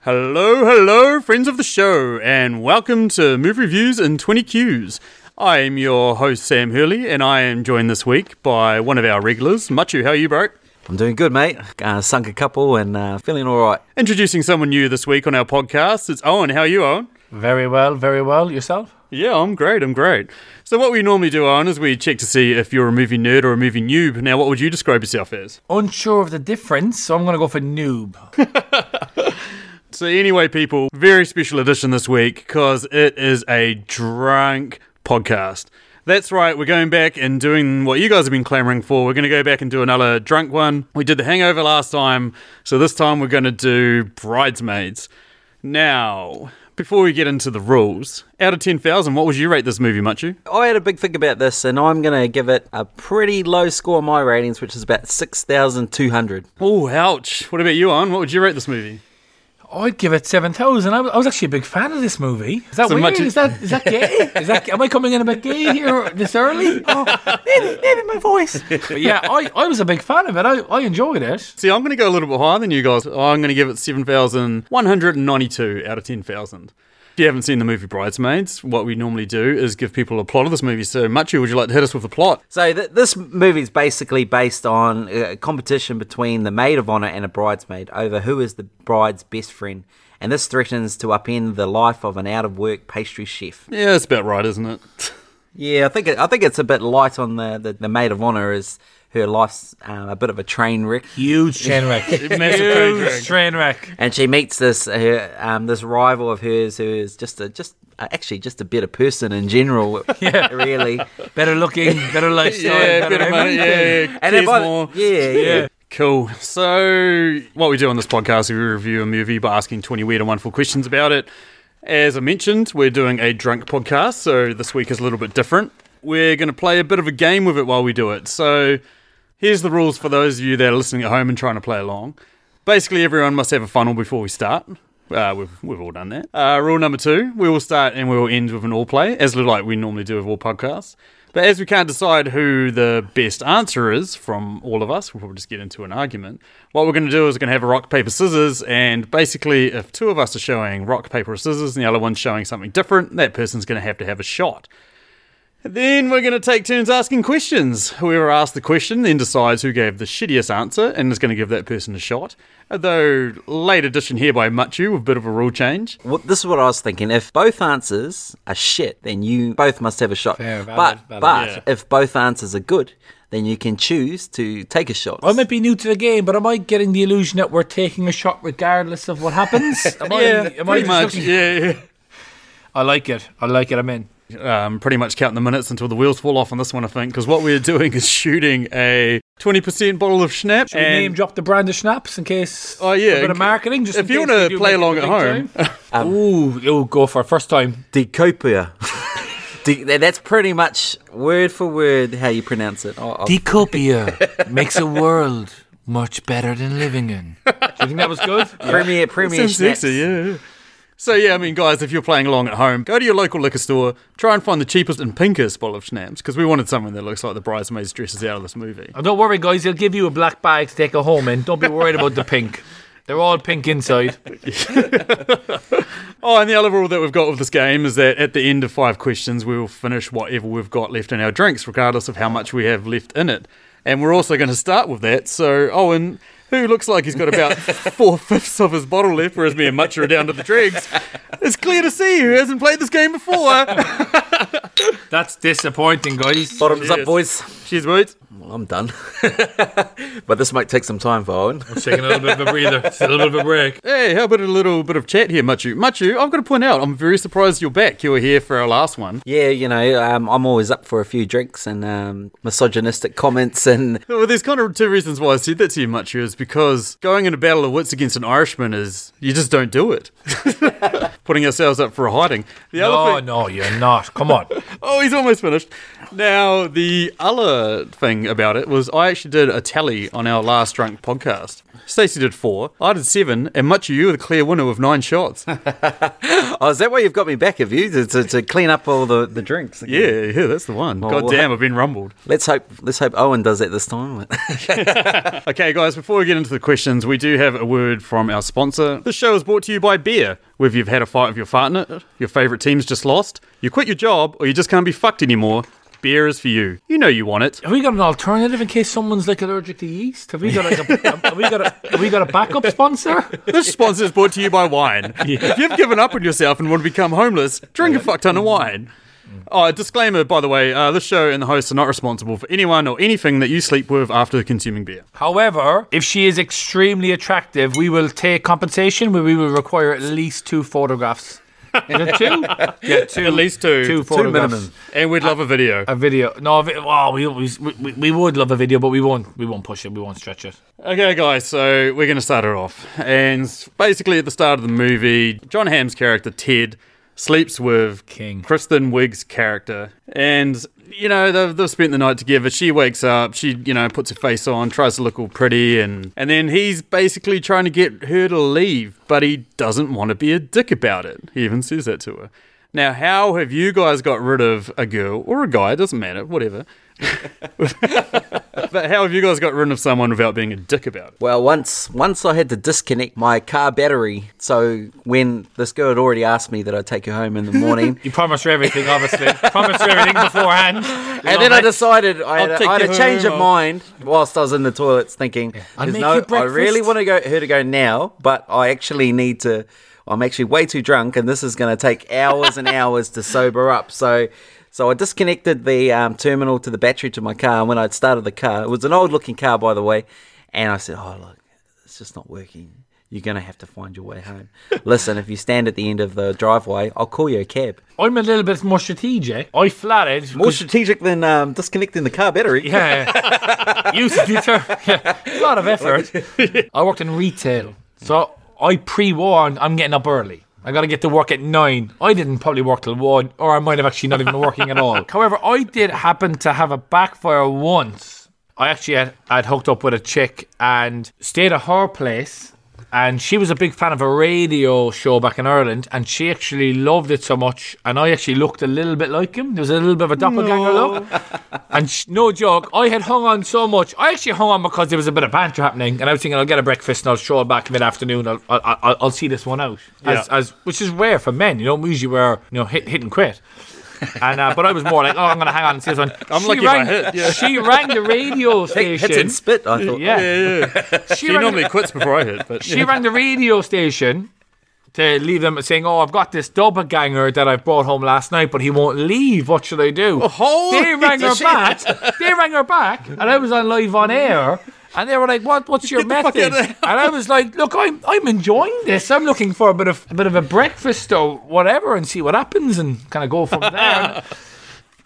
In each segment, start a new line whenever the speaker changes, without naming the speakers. Hello, hello, friends of the show, and welcome to Movie Reviews in 20 Qs. I'm your host, Sam Hurley, and I am joined this week by one of our regulars, Machu. How are you, bro?
I'm doing good, mate. Uh, sunk a couple and uh, feeling all right.
Introducing someone new this week on our podcast, it's Owen. How are you, Owen?
Very well, very well. Yourself?
Yeah, I'm great, I'm great. So, what we normally do, Owen, is we check to see if you're a movie nerd or a movie noob. Now, what would you describe yourself as?
Unsure of the difference, so I'm going to go for noob.
So anyway, people, very special edition this week because it is a drunk podcast. That's right, we're going back and doing what you guys have been clamoring for. We're going to go back and do another drunk one. We did The Hangover last time, so this time we're going to do Bridesmaids. Now, before we get into the rules, out of 10,000, what would you rate this movie, Machu?
I had a big think about this, and I'm going to give it a pretty low score on my ratings, which is about 6,200.
Oh, ouch. What about you, On? What would you rate this movie?
I'd give it 7,000. I w- I was actually a big fan of this movie. Is that
So
weird?
much-
Is that, is that gay? Is that, am I coming in a bit gay here this early? Oh, maybe, maybe my voice. But yeah, I, I was a big fan of it. I, I enjoyed it.
See, I'm going to go a little bit higher than you guys. I'm going to give it 7,192 out of 10,000. If you haven't seen the movie Bridesmaids, what we normally do is give people a plot of this movie. So, Machu, would you like to hit us with the plot?
So, th- this movie is basically based on a competition between the maid of honor and a bridesmaid over who is the bride's best friend. And this threatens to upend the life of an out of work pastry chef.
Yeah, that's about right, isn't it?
Yeah, I think it, I think it's a bit light on the, the, the maid of honor, is her life's uh, a bit of a train wreck.
Huge train wreck.
Massive
Huge train wreck.
and she meets this her, um, this rival of hers who is just a just uh, actually just a better person in general, really.
Better looking, better lifestyle,
yeah,
better
bit of money.
everything.
Yeah, yeah.
And if
Keys
I,
more.
yeah, yeah,
Cool. So, what we do on this podcast is we review a movie by asking 20 weird and wonderful questions about it. As I mentioned, we're doing a drunk podcast, so this week is a little bit different. We're going to play a bit of a game with it while we do it. So, here's the rules for those of you that are listening at home and trying to play along. Basically, everyone must have a funnel before we start. Uh, we've, we've all done that. Uh, rule number two we will start and we will end with an all play, as like we normally do with all podcasts. But as we can't decide who the best answer is from all of us, we'll probably just get into an argument. What we're going to do is we're going to have a rock, paper, scissors, and basically, if two of us are showing rock, paper, or scissors, and the other one's showing something different, that person's going to have to have a shot. Then we're going to take turns asking questions. Whoever asks the question then decides who gave the shittiest answer and is going to give that person a shot. Though, late addition here by Machu with a bit of a rule change.
Well, this is what I was thinking. If both answers are shit, then you both must have a shot.
Fair,
but
valid, valid.
but
Yeah.
if both answers are good, then you can choose to take a shot.
I might be new to the game, but am I getting the illusion that we're taking a shot regardless of what happens? Am I, am I
pretty
just
much.
looking-
Yeah,
I like it. I like it. I'm in.
yeah. Um, pretty much counting the minutes until the wheels fall off on this one, I think, because what we're doing is shooting a 20% bottle of schnapps.
Should we name drop the brand of schnapps in case?
Um, Oh, yeah.
for a bit of marketing. Just
If
in
you
case
wanna
we do
play
make it
along
the
at
big time. ooh, ooh, go for it. first time.
Decopia. De- that's pretty much word for word how you pronounce it. Oh, I- I-
Decopia makes a world much better than living in. Do you think that was good?
Premier Premier
Sounds
Schnapps.
sexy, yeah. So yeah, I mean, guys, if you're playing along at home, go to your local liquor store, try and find the cheapest and pinkest bottle of schnapps because we wanted something that looks like the bridesmaids dresses out of this movie.
And Oh, don't worry, guys. They'll give you a black bag to take it home in. Don't be worried about the pink. They're all pink inside.
Oh, and the other rule that we've got with this game is that at the end of five questions, we will finish whatever we've got left in our drinks, regardless of how much we have left in it. And we're also going to start with that. So Owen, who looks like he's got about four fifths of his bottle left, whereas me and Much are down to the dregs, it's clear to see who hasn't played this game before.
That's disappointing, guys.
Bottoms up,
Cheers.
boys.
Cheers, mates.
Well, I'm done. but this might take some time for Owen.
I'm taking a little bit of a breather. It's a little bit of a break.
Hey, how about a little bit of chat here, Machu? Machu, I've got to point out, I'm very surprised you're back. You were here for our last one.
Yeah, you know, um, I'm always up for a few drinks and um, misogynistic comments and
Well, there's kind of two reasons why I said that to you, Machu, is because going in a battle of wits against an Irishman is you just don't do it. Putting ourselves up for a hiding. The
No,
thing-
no, you're not. Come on.
Oh, he's almost finished. Now, the other thing about it was I actually did a tally on our last drunk podcast. Stacey did four, I did seven, and much of you were the clear winner with nine shots.
Oh, is that why you've got me back, have you? To, to, to clean up all the, the drinks. again?
Yeah, yeah, that's the one. God
well-
damn, I've been rumbled.
Let's hope let's hope Owen does that this time.
Okay, guys, before we get into the questions, we do have a word from our sponsor. This show is brought to you by beer. Whether you've had a fight with your partner, your favourite team's just lost, you quit your job, or you just can't be fucked anymore, beer is for you. You know you want it.
Have we got an alternative in case someone's like allergic to yeast? Have we got like a, have we got a have we got a backup sponsor?
This sponsor is brought to you by wine. If you've given up on yourself and want to become homeless, drink a fuck ton of wine. Oh, disclaimer, by the way, uh, this show and the hosts are not responsible for anyone or anything that you sleep with after consuming beer.
However, if she is extremely attractive, we will take compensation where we will require at least two photographs. Is it two? Yeah, two.
At least two.
Two
Two
photographs.
minimum.
And we'd love a video.
A video. No, a vi- oh, we, we, we, we would love a video, but we won't. We won't push it. We won't stretch it.
Okay, guys, so we're going to start it off. And basically, at the start of the movie, John Hamm's character, Ted, sleeps with
King.
Kristen Wiig's character. And, you know, they've, they've spent the night together. She wakes up, she, you know, puts her face on, tries to look all pretty. And, and then he's basically trying to get her to leave, but he doesn't want to be a dick about it. He even says that to her. Now, how have you guys got rid of a girl or a guy? It doesn't matter, whatever. But how have you guys got rid of someone without being a dick about it?
well, once once I had to disconnect my car battery, so when this girl had already asked me that I'd take her home in the morning,
You promised her everything, obviously. promised her everything beforehand.
and then I decided I had,
I'll
a,
take
I had
you
a change
home.
of mind whilst I was in the toilets, thinking,
I'll
"There's
make
no,
you
I really
breakfast."
want to go her to go now, but I actually need to. I'm actually way too drunk, and this is going to take hours and hours to sober up. So, so I disconnected the um, terminal to the battery to my car, and when I'd started the car, it was an old looking car, by the way, and I said, "Oh look, it's just not working." You're gonna have to find your way home. Listen, if you stand at the end of the driveway, I'll call you a cab.
I'm a little bit more strategic. I flatted.
More strategic than um, disconnecting the car battery.
Yeah. Use the future. Yeah. A lot of effort. I worked in retail. So I pre warned I'm getting up early. I got to get to work at nine. I didn't probably work till one, or I might have actually not even been working at all. However, I did happen to have a backfire once. I actually had, had hooked up with a chick and stayed at her place. And she was a big fan of a radio show back in Ireland, and she actually loved it so much. And I actually looked a little bit like him. There was a little bit of a doppelganger look. And sh- no joke, I had hung on so much. I actually hung on because there was a bit of banter happening, and I was thinking I'll get a breakfast and I'll stroll back mid afternoon. I'll, I'll, I'll I'll see this one out, as,
Yeah.
as which is rare for men. You know, we usually were you know hit, hit and quit. And uh, but I was more like, oh, I'm gonna hang on and see this one. I'm
lucky if I
rang,
hit, yeah.
She rang the radio station.
Hits and spit, I thought.
yeah.
Yeah,
she
he
rang the-
normally quits before I hit, but
she rang the radio station to leave them saying, "Oh, I've got this doppelganger that I brought home last night, but he won't leave. What should I do?"
Oh. holy
they rang her
shit.
back. They rang her back, and I was on live on air. And they were like, "What? What's your
the fuck
method?"
out of
And I was like, "Look, I'm I'm enjoying this. I'm looking for a bit of a bit of a breakfast or whatever, and see what happens, and kind of go from there."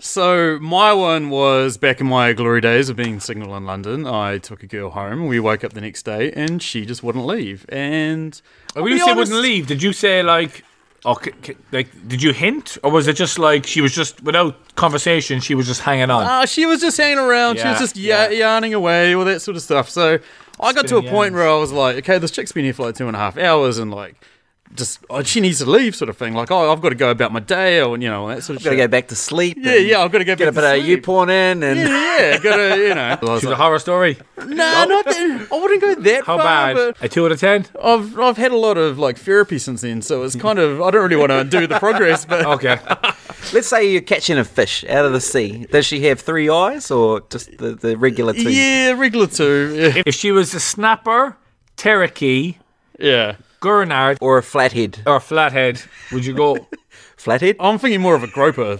so my one was back in my glory days of being single in London. I took a girl home. We woke up the next day, and she just wouldn't leave. And
when you say wouldn't leave, did you say like, oh, c- c- like did you hint, or was it just like she was just without conversation, she was just hanging on?
Uh, she was just hanging around. she
Yeah,
was just
yeah.
ya yarning away, all that sort of stuff. So I got to a
Spinning
point
yarns.
where I was like, okay, this chick's been here for like two and a half hours, and like, just oh, she needs to leave, sort of thing. Like, oh, I've got to go about my day, or you know, that sort of
oh, Gotta
shit.
go back to sleep.
yeah, yeah, I've got to go
Get a
back
bit
to
of you
sleep.
porn in and
Yeah, yeah, gotta, you know. I was
She's
like,
a horror story.
No, not that. I wouldn't go that
How
far.
bad?
But
A two out of ten.
I've I've had a lot of like therapy since then, so it's kind of I don't really want to undo the progress. But
Okay.
let's say you're catching a fish out of the sea. Does she have three eyes or just the, the regular two?
yeah, regular two. Yeah,
if she was a snapper, terraki,
yeah.
gurnard,
Or a flathead?
or a flathead, would you go?
Flathead?
I'm thinking more of a groper.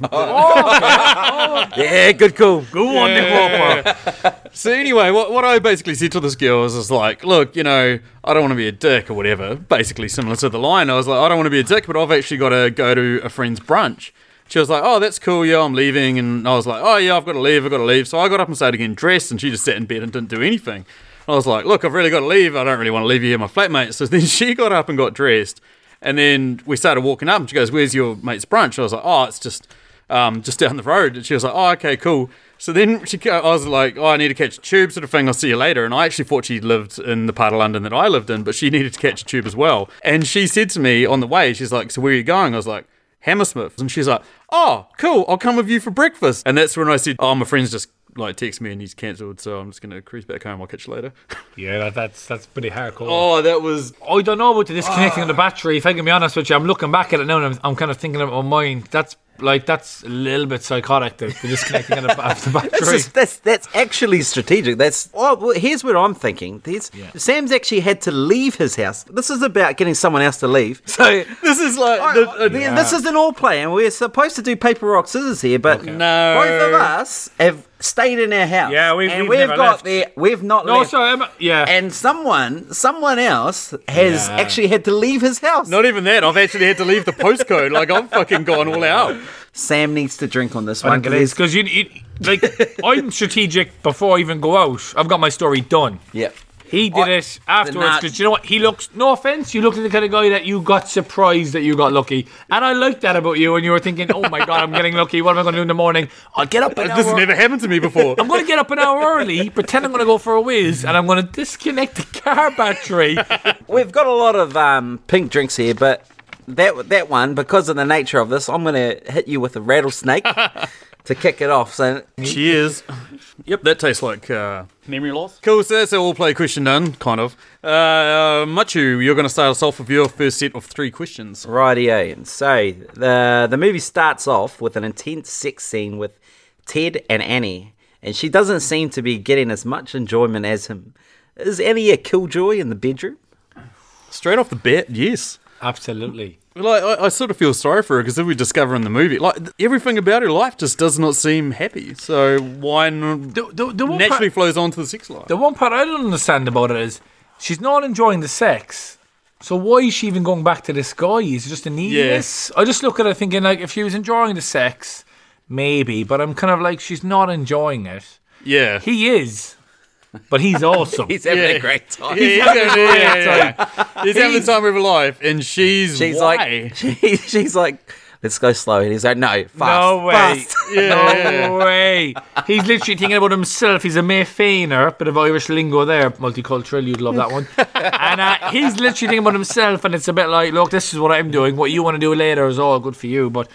Yeah, good call.
Go on the groper.
so anyway, what what I basically said to this girl was just like, look, you know, I don't want to be a dick or whatever. Basically, similar to the line, I was like, I don't want to be a dick, but I've actually got to go to a friend's brunch. She was like, oh, that's cool, yeah, I'm leaving. And I was like, oh, yeah, I've got to leave, I've got to leave. So I got up and started getting dressed, and she just sat in bed and didn't do anything. I was like, look, I've really got to leave. I don't really want to leave you here, my flatmate. So then she got up and got dressed. And then we started walking up, and she goes, where's your mate's brunch? I was like, oh, it's just um, just down the road. And she was like, oh, okay, cool. So then she, ca- I was like, oh, I need to catch a tube, sort of thing. I'll see you later. And I actually thought she lived in the part of London that I lived in, but she needed to catch a tube as well. And she said to me on the way, she's like, so where are you going? I was like, Hammersmith. And she's like, oh, cool, I'll come with you for breakfast. And that's when I said, oh, my friend's just like text me and he's cancelled, so I'm just going to cruise back home. I'll catch you later.
Yeah, that, that's that's pretty hardcore.
oh, that was
I don't know about the disconnecting of the battery. If I can be honest with you, I'm looking back at it now and I'm, I'm kind of thinking about my mind. That's like that's a little bit psychotic. The, the disconnecting of, the, of the
That's,
battery.
just- that's that's actually strategic. That's oh, well, here's what I'm thinking. There's, Sam's actually had to leave his house. This is about getting someone else to leave. So
This is like the, uh, the-
uh, this is an all play, and we're supposed to do paper rock scissors here, but
No.
both of us have stayed in our house.
Yeah, we've-
and we've
we've never
got
left.
there. We've not
no,
left.
sorry, I'm, yeah.
And someone, someone else has
Yeah.
actually had to leave his house.
not even that. I've actually had to leave the postcode. Like I'm fucking gone all out.
Sam needs to drink on this one.
Because
because
you, you like I'm strategic before I even go out. I've got my story done.
Yeah.
He did
I-
it afterwards
not-
because you know what? He looks. No offense, you look like the kind of guy that you got surprised that you got lucky, and I like that about you. And you were thinking, "Oh my god, I'm getting lucky. What am I going to do in the morning? I'll get up an
This has
hour.
never happened to me before.
I'm going to get up an hour early, pretend I'm going to go for a whiz, and I'm going to disconnect the car battery.
We've got a lot of um, pink drinks here, but that that one, because of the nature of this, I'm going to hit you with a rattlesnake to kick it off. So
Cheers. Yep, that tastes like uh, memory loss. Cool. So that's our all play question done, kind of. Uh, Machu, you're going to start us off with your first set of three questions.
Rightio. So the the movie starts off with an intense sex scene with Ted and Annie, and she doesn't seem to be getting as much enjoyment as him. Is Annie a killjoy in the bedroom?
Straight off the bat, yes.
Absolutely.
Like I, I sort of feel sorry for her because if we discover in the movie, like th- everything about her life just does not seem happy. So why n-
The, the, the one
naturally
part,
flows on to the sex life?
the one part I don't understand about it is she's not enjoying the sex. So why is she even going back to this guy? Is it just a neediness? I just look at her thinking like if she was enjoying the sex, maybe. But I'm kind of like she's not enjoying it.
yeah.
He is, but he's awesome.
He's having
Yeah.
a great time.
He's having, yeah, yeah, yeah. He's having the time of his life, and she's
She's
why?
like, she, she's like, let's go slow. And he's like, no, fast.
no way.
fast."
No way. He's literally thinking about himself. He's a Mayfainer, bit of Irish lingo there, multicultural. You'd love that one. and uh, he's literally thinking about himself, and it's a bit like, look, this is what I'm doing. What you want to do later is all good for you. But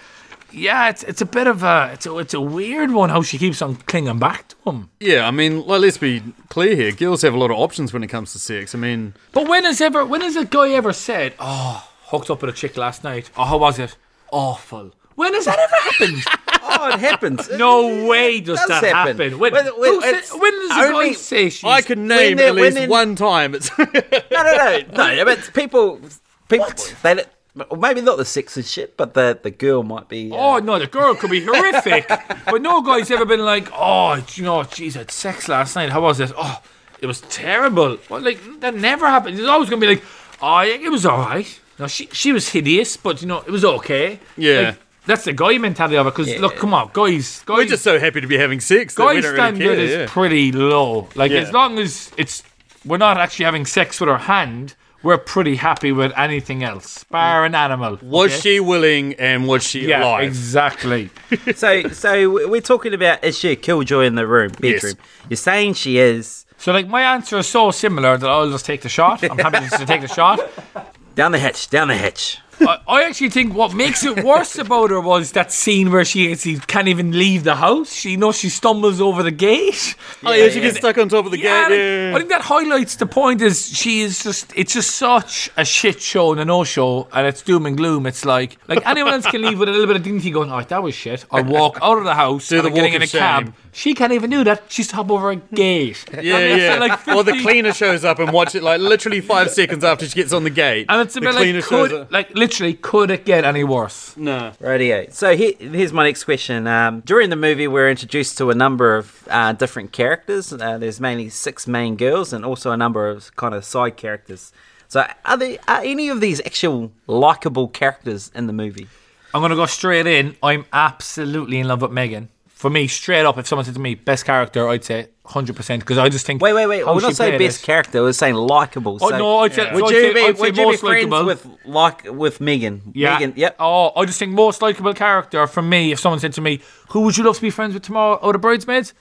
yeah, it's it's a bit of a it's a, it's a weird one how she keeps on clinging back to him.
Yeah, I mean, like, let's be clear here. Girls have a lot of options when it comes to sex. I mean,
But when has ever when has a guy ever said, oh, hooked up with a chick last night? Oh, how was it? Awful. When has that ever happened?
oh, it happens.
No way does,
does
that happen.
happen.
When,
When- when-
who
it's
sa- when does a guy
only-
say she's...
I can name
they're-
at
when
least
in-
one time. It's
no, no, no, no. But people, people, they don't- well, maybe not the sex and shit, but the the girl might be. uh,
Oh, no, the girl could be horrific. but no guy's ever been like, oh, do you know, jeez, I had sex last night. How was this? Oh, it was terrible. Well, like, that never happened. It's always going to be like, oh, yeah, it was all right. No, she, she was hideous, but, you know, it was okay.
Yeah.
Like, that's the guy mentality of it, because, look, come on, guys, guys...
we're just so happy to be having sex. That we
Guy
don't really
standard
care,
is
yeah.
pretty low. Like
Yeah.
as long as it's we're not actually having sex with our hand, we're pretty happy with anything else, bar an animal.
Was
okay?
she willing and was she
Yeah,
alive?
exactly.
So, so we- we're talking about is she a killjoy in the room bedroom? You're saying she is.
so like my answer is so similar that I'll just take the shot. I'm happy just to take the shot.
Down the hatch, down the hatch.
I, I actually think what makes it worse about her was that scene where she she can't even leave the house. She knows she stumbles over the gate.
oh, yeah, she gets stuck on top of the
Yeah,
gate.
like, I think that highlights the point is she is just it's just such a shit show and a no show and it's doom and gloom. It's like like anyone else can leave with a little bit of dignity going, Oh that was shit. I walk out of the house
Do
and
the
I'm getting
walk
in a
of
cab.
shame.
She can't even do that. She's hop over a gate.
yeah,
And it's
yeah.
like
or the
50
cleaner shows up and watch it like literally five seconds after she gets on the gate.
And it's a
the
bit
cleaner
like,
shows
could,
up.
like literally, could it get any worse?
No.
Radio. So here, here's my next question. Um, during the movie, we're introduced to a number of uh, different characters. Uh, there's mainly six main girls and also a number of kind of side characters. So are they are any of these actual likable characters in the movie?
I'm gonna go straight in. I'm absolutely in love with Megan for me, straight up, if someone said to me best character, I'd say 100 percent because I just think.
Wait, wait, wait.
how
We're
she
not saying
played
best
it-
character. We're saying likable.
Oh
so
no, I'd say,
Yeah.
so
Would
I'd
you
say,
be
I'd say
Would you be
most
friends
likable.
with like with Megan?
Yeah.
Megan. Yep.
Oh, I just think most likable character for me, if someone said to me, "Who would you love to be friends with tomorrow?" Oh, the bridesmaids.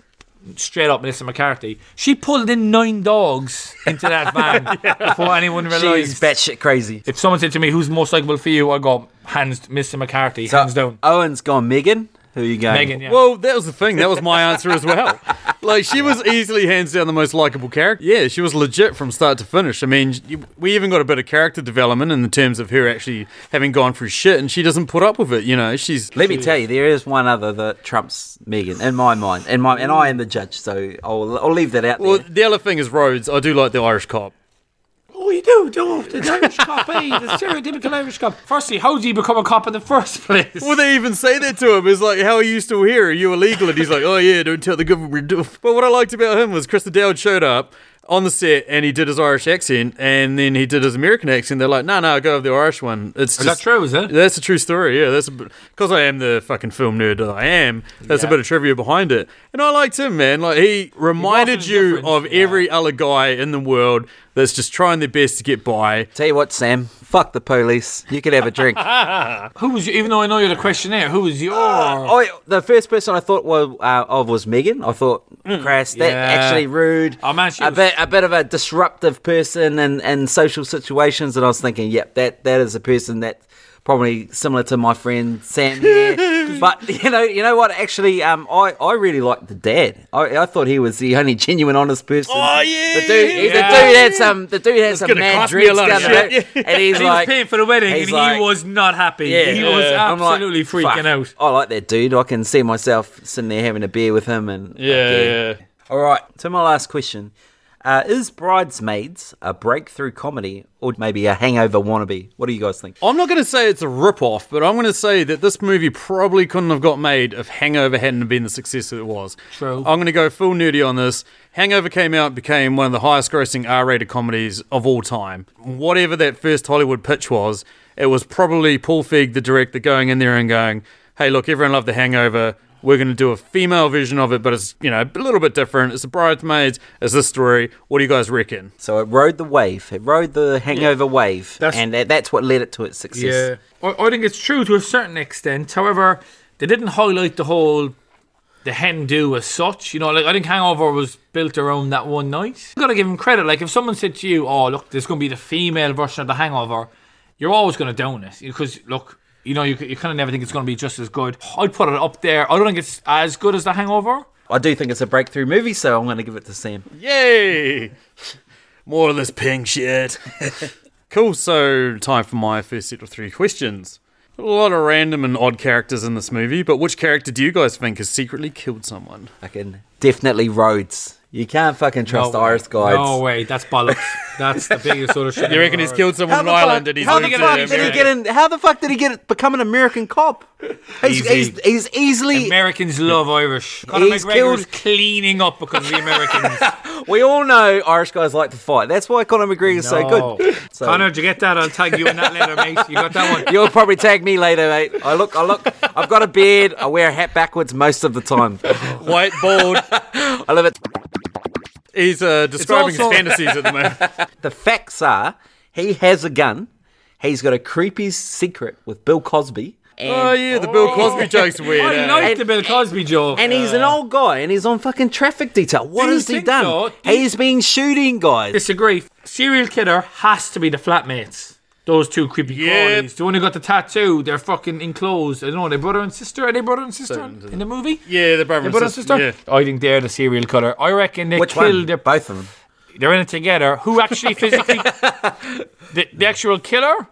Straight up, Melissa McCarthy. She pulled in nine dogs into that van before anyone
She's
realised.
batshit crazy.
If someone said to me, "Who's most likable for you?" I go, "Hands, Mr. McCarthy, hands down."
Owen's gone. Megan. Who are you going?
Megan, yeah.
Well, that was the thing. That was my answer as well. Like, she was easily, hands down, the most likable character. Yeah, she was legit from start to finish. I mean, you- we even got a bit of character development in the terms of her actually having gone through shit, and she doesn't put up with it. You know, she's
Let me tell you, there is one other that trumps Megan in my mind, in my, and I am the judge, so I'll, I'll leave that out
Well,
there.
the other thing is Rhodes. I do like the Irish cop.
Oh, you do, don't the Irish cop, eh? The stereotypical Irish cop. Firstly, how do you become a cop in the first place?
Well, they even say that to him. It's like, how are you still here? Are you illegal? And he's like, oh yeah, don't tell the government. we're doing-" But what I liked about him was Chris Dowd showed up on the set and he did his Irish accent and then he did his American accent. They're like, no, no, go with the Irish one. It's
Is
just-
that true? Is it?
That's a true story. Yeah, that's because I am the fucking film nerd that I am. That's a
Yeah.
bit of trivia behind it, and I liked him, man. Like he reminded
his
you
difference,
of
yeah.
every other guy in the world that's just trying their best to get by.
Tell you what, Sam, fuck the police. You could have a drink.
Who was? You, even though I know you're the questionnaire, who was your?
Uh, I, the first person I thought was, uh, of was Megan. I thought, crass, that
Hmm. yeah.
actually rude.
Oh, man, she
a
was-
bit, a bit of a disruptive person in, in social situations, and I was thinking, yep, that that is a person that probably similar to my friend Sam here. but you know, you know what? Actually, um, I, I really liked the dad. I, I thought he was the only genuine, honest person.
Oh, yeah,
the dude, he-
yeah.
the dude had some, the dude had some
gonna
mad
cost me a
dreads
lot
down
of
the
shit.
road, and he's
he
like,
was paying for the wedding,
he's
and
like-
he was not happy. he was
I'm like,
absolutely
"Fuck,
freaking out.
I like that dude. I can see myself sitting there having a beer with him. And
Yeah, yeah.
All right. So my last question: uh, Is Bridesmaids a breakthrough comedy or maybe a hangover wannabe? What do you guys think?
I'm not going to say it's a rip-off, but I'm going to say that this movie probably couldn't have got made if Hangover hadn't been the success that it was.
True.
I'm going to go full nerdy on this. Hangover came out, became one of the highest-grossing R-rated comedies of all time. Whatever that first Hollywood pitch was, it was probably Paul Feig, the director, going in there and going, "Hey, look, everyone loved The Hangover." We're going to do a female version of it, but it's you know a little bit different. It's the bridesmaids. It's this story. What do you guys reckon?
So it rode the wave. It rode the hangover wave,
That's-
and that, that's what led it to its success.
Yeah, I, I think it's true to a certain extent. However, they didn't highlight the whole the hen do as such. You know, like I think Hangover was built around that one night. You gotta give him credit. Like if someone said to you, "Oh, look, there's gonna be the female version of the Hangover," you're always gonna down it because look. You know, you, you kind of never think it's going to be just as good. I'd put it up there. I don't think it's as good as The Hangover.
I do think it's a breakthrough movie, so I'm going to give it to Sam.
Yay! More of this pink shit. cool, so time for my first set of three questions. A lot of random and odd characters in this movie, but which character do you guys think has secretly killed someone?
Fucking definitely Rhodes. You can't fucking trust
no
Irish
way.
guides.
No way, that's bollocks. that's the biggest sort of shit.
You reckon he's killed someone
How
on
the
an
fuck,
island and he's
how the
lived in
fuck
America?
did he get in? How the fuck did he get become an American cop? He's,
Easy.
he's, he's easily.
Americans love Irish. Conor
He's
McGregor's
killed-
cleaning up because of the Americans.
we all know Irish guys like to fight. That's why Conor McGregor's is so good. So-
Connor, did you get that? I'll tag you in that later, mate. You got that one.
You'll probably tag me later, mate. I look, I look. I've got a beard. I wear a hat backwards most of the time.
White, bald.
I love it.
He's uh, describing
also-
his fantasies at the moment.
The facts are, he has a gun. He's got a creepy secret with Bill Cosby. And,
Oh yeah, the Bill Cosby joke's weird.
I
eh?
like the Bill Cosby joke.
and he's an old guy, and he's on fucking traffic detail. What
Do you
has he
think,
done?
though- do you-
he's been shooting guys.
disagree. Serial killer has to be the flatmates. Those two creepy
Yep.
crawlies. The one who got the tattoo, they're fucking enclosed. I don't know, they brother and sister. Are they brother and sister in in the movie?
yeah, the brother
They
and
brother and
sister.
sister.
Yeah.
I think they're the serial killer. I reckon they
Which
killed
one?
their
Both of them.
they're in it together. Who actually physically? the, the actual killer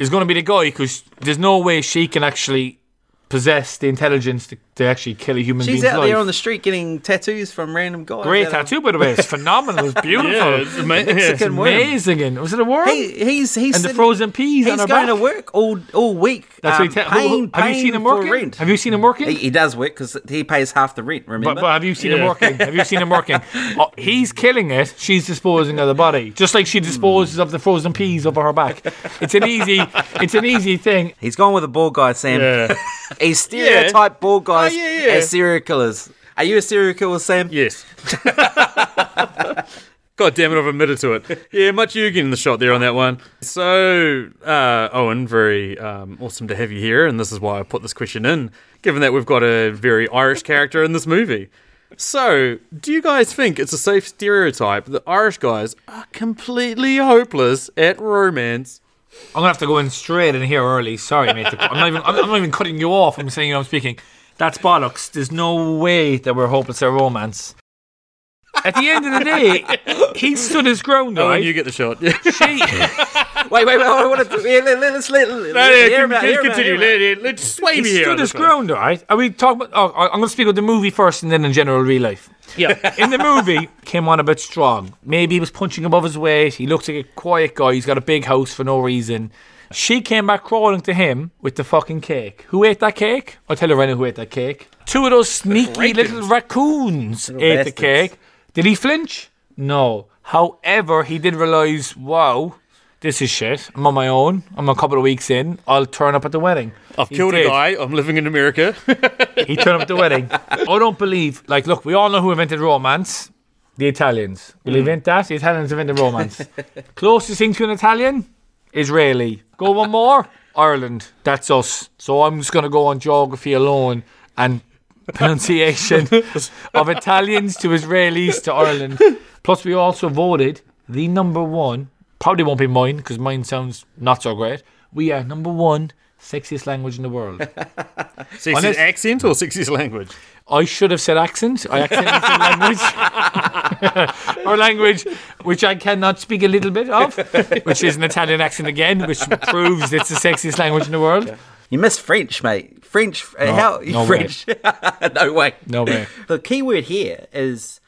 is going to be the guy because there's no way she can actually possess the intelligence to, to actually kill a human
She's
being's
out
life.
there on the street getting tattoos from random guys.
Great
that are-
tattoo, by the way. It's phenomenal. It's beautiful.
Yeah, it's ama- yeah.
It's amazing. And was it a worm?
He, he's he's
and the
sitting-
frozen peas
He's
on her
going
back.
to work all all week.
That's
um,
what he ta- who-
paying,
who- Have you seen him
paying for
working?
Rent.
Have you seen him working?
He, he does work because he pays half the rent. Remember?
but, but have you seen him
Yeah.
working? Have you seen him working? Oh, he's killing it. She's disposing of the body, just like she disposes of the frozen peas over her back. It's an easy, it's an easy thing.
he's gone with a bald guy, Sam.
Yeah.
Oh,
He's stereotype bald guy as,
yeah, yeah.
as serial killers. Are you a serial killer, Sam?
Yes. God damn it, I've admitted to it. Yeah, much you getting the shot there on that one. So, uh, Owen, very um, awesome to have you here, and this is why I put this question in, given that we've got a very Irish character in this movie. So, do you guys think it's a safe stereotype that Irish guys are completely hopeless at romance?
I'm gonna have to go in straight in here early. Sorry, mate. I'm not even. I'm, I'm not even cutting you off. I'm saying you know, I'm speaking. That's bollocks. There's no way that we're hopeless at romance. At the end of the day, he stood his ground,
Owen,
right?
Oh, you get the shot. Yeah.
She-
Wait, wait, wait. I want to. Yeah, let, us let. let,
No,
hear
yeah, con-
about-
con-
hear about-
continue.
hear
Let-
about-
let- Let's sway me
he
here. on
stood his
this one.
ground, all right? Are we talking about? Oh, I- I'm going to speak of the movie first, and then in general real life. Yeah. in the movie, came on a bit strong. Maybe he was punching above his weight. He looks like a quiet guy. He's got a big house for no reason. She came back crawling to him with the fucking cake. Who ate that cake? I'll tell you right now who ate that cake. Two of those sneaky little raccoons ate
bastards.
the cake. Did he flinch? No. However, he did realise, wow, this is shit. I'm on my own. I'm a couple of weeks in. I'll turn up at the wedding.
I've
He
killed a
did.
guy. I'm living in America.
He turned up at the wedding. I don't believe. Like, look, we all know who invented romance. The Italians. Will you invent that? The Italians invented romance. Closest thing to an Italian, Israeli. Go one more, Ireland. That's us. So I'm just gonna go on geography alone and pronunciation of Italians to Israelis to Ireland. Plus, we also voted the number one. Probably won't be mine because mine sounds not so great. We are number one sexiest language in the world.
Sexiest
Honest-
accent or sexiest language?
I should have said accent. I accidentally said language. or language which I cannot speak a little bit of, which is an Italian accent again, which proves it's the sexiest language in the world.
You missed French, mate. French. uh, how
no way.
French? no way.
No way.
The key word here is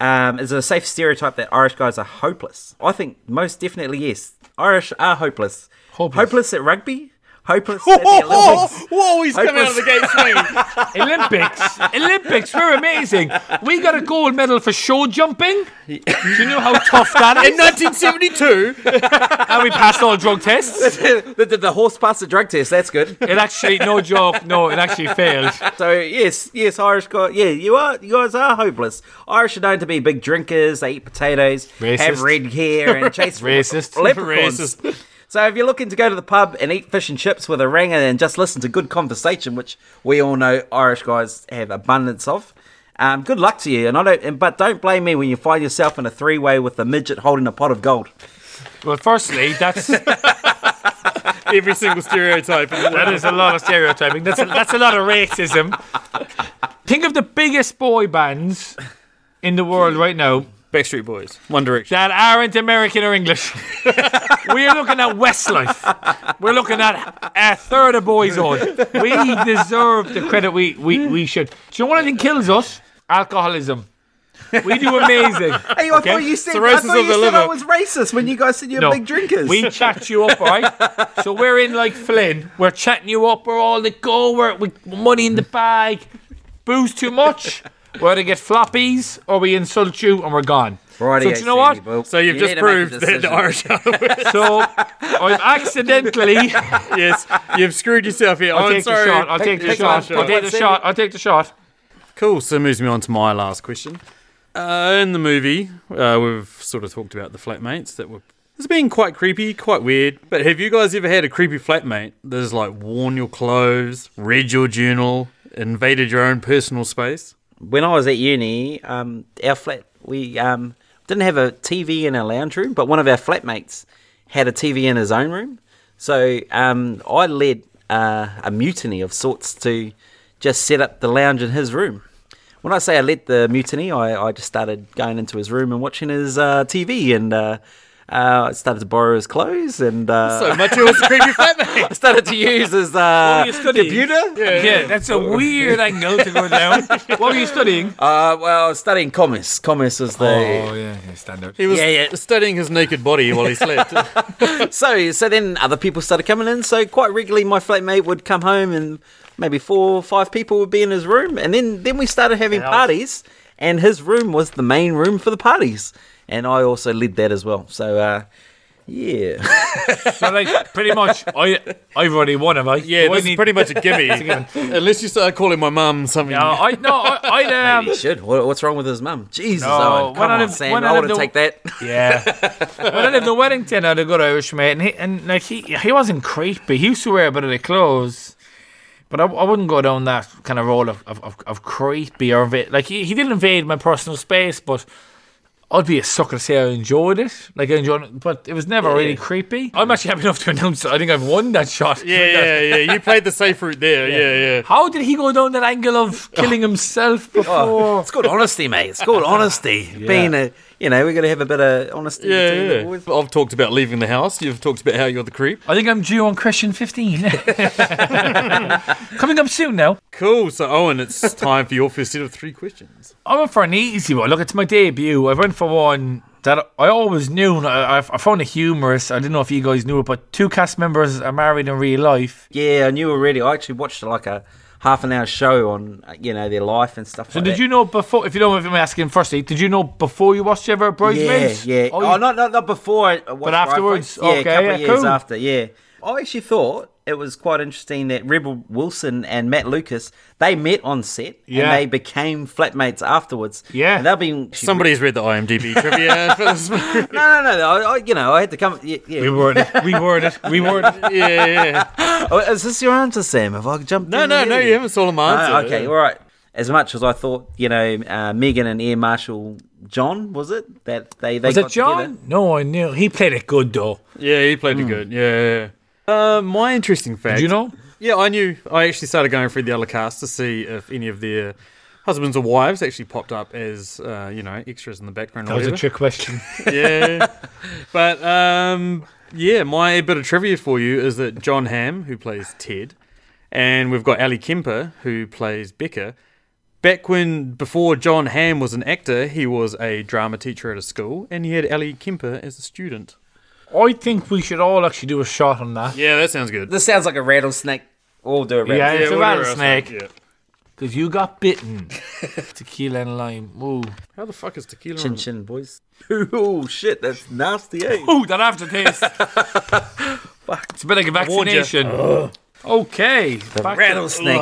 um, is it a safe stereotype that Irish guys are hopeless. I think most definitely yes. Irish are hopeless.
Hopeless.
at rugby. Hopeless at the Olympics.
whoa, he's coming out
Hopeless.
of the gate swinging.
Olympics. Olympics. We're amazing. We got a gold medal for show jumping. Do you know how tough that
In
is?
1972,
And we passed all drug tests.
the, the, the horse passed the drug test. That's good.
It actually, no joke, no, it actually failed.
So yes, yes, Irish guys. Yeah, you are. You guys are hopeless. Irish are known to be big drinkers. They eat potatoes, have
Racist.
red hair, and chase
Racist.
leprechauns.
Racist.
So if you're looking to go to the pub and eat fish and chips with a ringer and just listen to good conversation, which we all know Irish guys have abundance of, um, good luck to you. And I don't. And, but don't blame me when you find yourself in a three-way with a midget holding a pot of gold.
Well, firstly, that's
every single stereotype. in the world.
That is a lot of stereotyping. That's a, that's a lot of racism. Think of the biggest boy bands in the world right now
Backstreet Boys, One Direction.
that aren't American or English. we are looking at Westlife. We're looking at a third of Boyzone. We deserve the credit we, we, we should. Do you know what I think kills us? Alcoholism. We do amazing.
Hey, I
Okay.
thought you said,
the
I,
races
thought
of
you
the
said I
liver.
was racist when you guys said you're big drinkers.
We chat you up, right? so we're in like Flynn. We're chatting you up. We're all the go. We're with money in the bag. Booze too much. We're to get floppies, or we insult you, and we're gone.
Righty,
so do you know what?
So you've just proved that the Irish are the worst.
So I've accidentally.
yes, you've screwed yourself here. Oh,
I'll
I'm
take the
Oh, sorry.
shot. I'll take the
Pick
shot.
one,
I'll take
One
the
second.
shot. I'll take the shot.
Cool. So moves me on to my last question. Uh, in the movie, uh, we've sort of talked about the flatmates that were. It's been quite creepy, quite weird. But have you guys ever had a creepy flatmate that's like worn your clothes, read your journal, invaded your own personal space?
when I was at uni, um, our flat we um, didn't have a TV in our lounge room, but one of our flatmates had a TV in his own room. So um, I led uh, a mutiny of sorts to just set up the lounge in his room. When I say I led the mutiny, I, I just started going into his room and watching his uh, TV, and uh, uh, I started to borrow his clothes, and uh,
So much it was a creepy flatmate.
I started to use his uh,
you studying?
computer.
Yeah, that's a weird angle to go down. What were you studying? Oh,
Uh, well, I was studying commerce. Commerce is the
yeah, yeah standard.
He was
Yeah, yeah.
studying his naked body while he slept.
So, so then other people started coming in. So quite regularly, my flatmate would come home, and maybe four or five people would be in his room. And then, then we started having parties, and his room was the main room for the parties. And I also led that as well. So, uh, Yeah.
So like pretty much, I I've already won, have I?
Yeah,
Do I
this is
need-
pretty much a gimme. Unless you start calling my mum something.
No, I no, I, I um,
He should. What, what's wrong with his mum? Jesus,
No,
Owen.
one
Come
out
on,
of-
Sam.
one
I
out of
want to
the-
take that.
Yeah. when I lived in Wellington, I had a good Irish mate, and, he, and like he, he wasn't creepy. He used to wear a bit of the clothes, but I, I wouldn't go down that kind of role of, of, of, of creepy or inva- like he, he did invade my personal space, but I'd be a sucker to say I enjoyed it. Like I enjoyed it, but it was never really creepy. I'm actually happy enough to announce that I think I've won that shot.
Yeah, yeah, yeah. You played the safe route there. Yeah, yeah.
How did he go down that angle of killing himself before?
It's called honesty, mate. It's called honesty. Being a, you know, we got to have a bit of honesty.
Yeah,
between the
yeah.
boys.
I've talked about leaving the house. You've talked about how you're the creep.
I think I'm due on Christian 15. Coming up soon now.
Cool. So, Owen, it's time for your first set of three questions.
I went for an easy one. Look, it's my debut. I went for one that I always knew. And I, I I found it humorous. I didn't know if you guys knew it, but two cast members are married in real life.
Yeah, I knew already. I actually watched like a half an hour show on, uh, you know, their life and stuff.
So did you know before? If you don't mind me asking, firstly, did you know before you watched ever
Yeah,
Bridesmaids?
yeah.
Oh,
Oh,
you-
not, not not before. I watched Bride
afterwards?
Fights. Yeah,
Okay,
a couple of
yeah,
years
cool.
after. Yeah, I actually thought it was quite interesting that Rebel Wilson and Matt Lucas they met on set
Yeah.
and they became flatmates afterwards.
Yeah.
and they've been
Somebody's read the IMDb trivia for this movie.
No, no, no. I, I, you know, I had to come. Yeah, yeah.
Reword it. Reword it. Reword it.
Yeah, yeah.
Oh, is this your answer, Sam? Have I jumped?
No,
in
no,
ahead
no.
of
You haven't stolen my
Ah,
answer.
okay, all right. As much as I thought, you know, uh, Megan and Air Marshal John was it that they they
Was
got
it John?
together?
No, I knew he played it good though.
Yeah, he played it good. Yeah. yeah. Hmm. Uh, my interesting fact.
Do you know?
Yeah, I knew. I actually started going through the other cast to see if any of their husbands or wives actually popped up as uh, you know extras in the background. or
That was a
whatever.
trick question.
yeah. But um, yeah, my bit of trivia for you is that John Hamm, who plays Ted, and we've got Ali Kemper, who plays Becca. Back when, before John Hamm was an actor, he was a drama teacher at a school, and he had Ali Kemper as a student.
I think we should all actually do a shot on that
Yeah, that sounds good.
This sounds like a rattlesnake. We'll do a rattlesnake.
Yeah, it's a
whatever else.
rattlesnake.
Yeah.
because you got bitten. Tequila and lime. Ooh.
How the fuck is tequila?
Chin chin, boys. oh shit, that's nasty, eh?
Ooh, that aftertaste. It's a bit like a
warned you.
vaccination. Okay. back to-
Rattlesnake.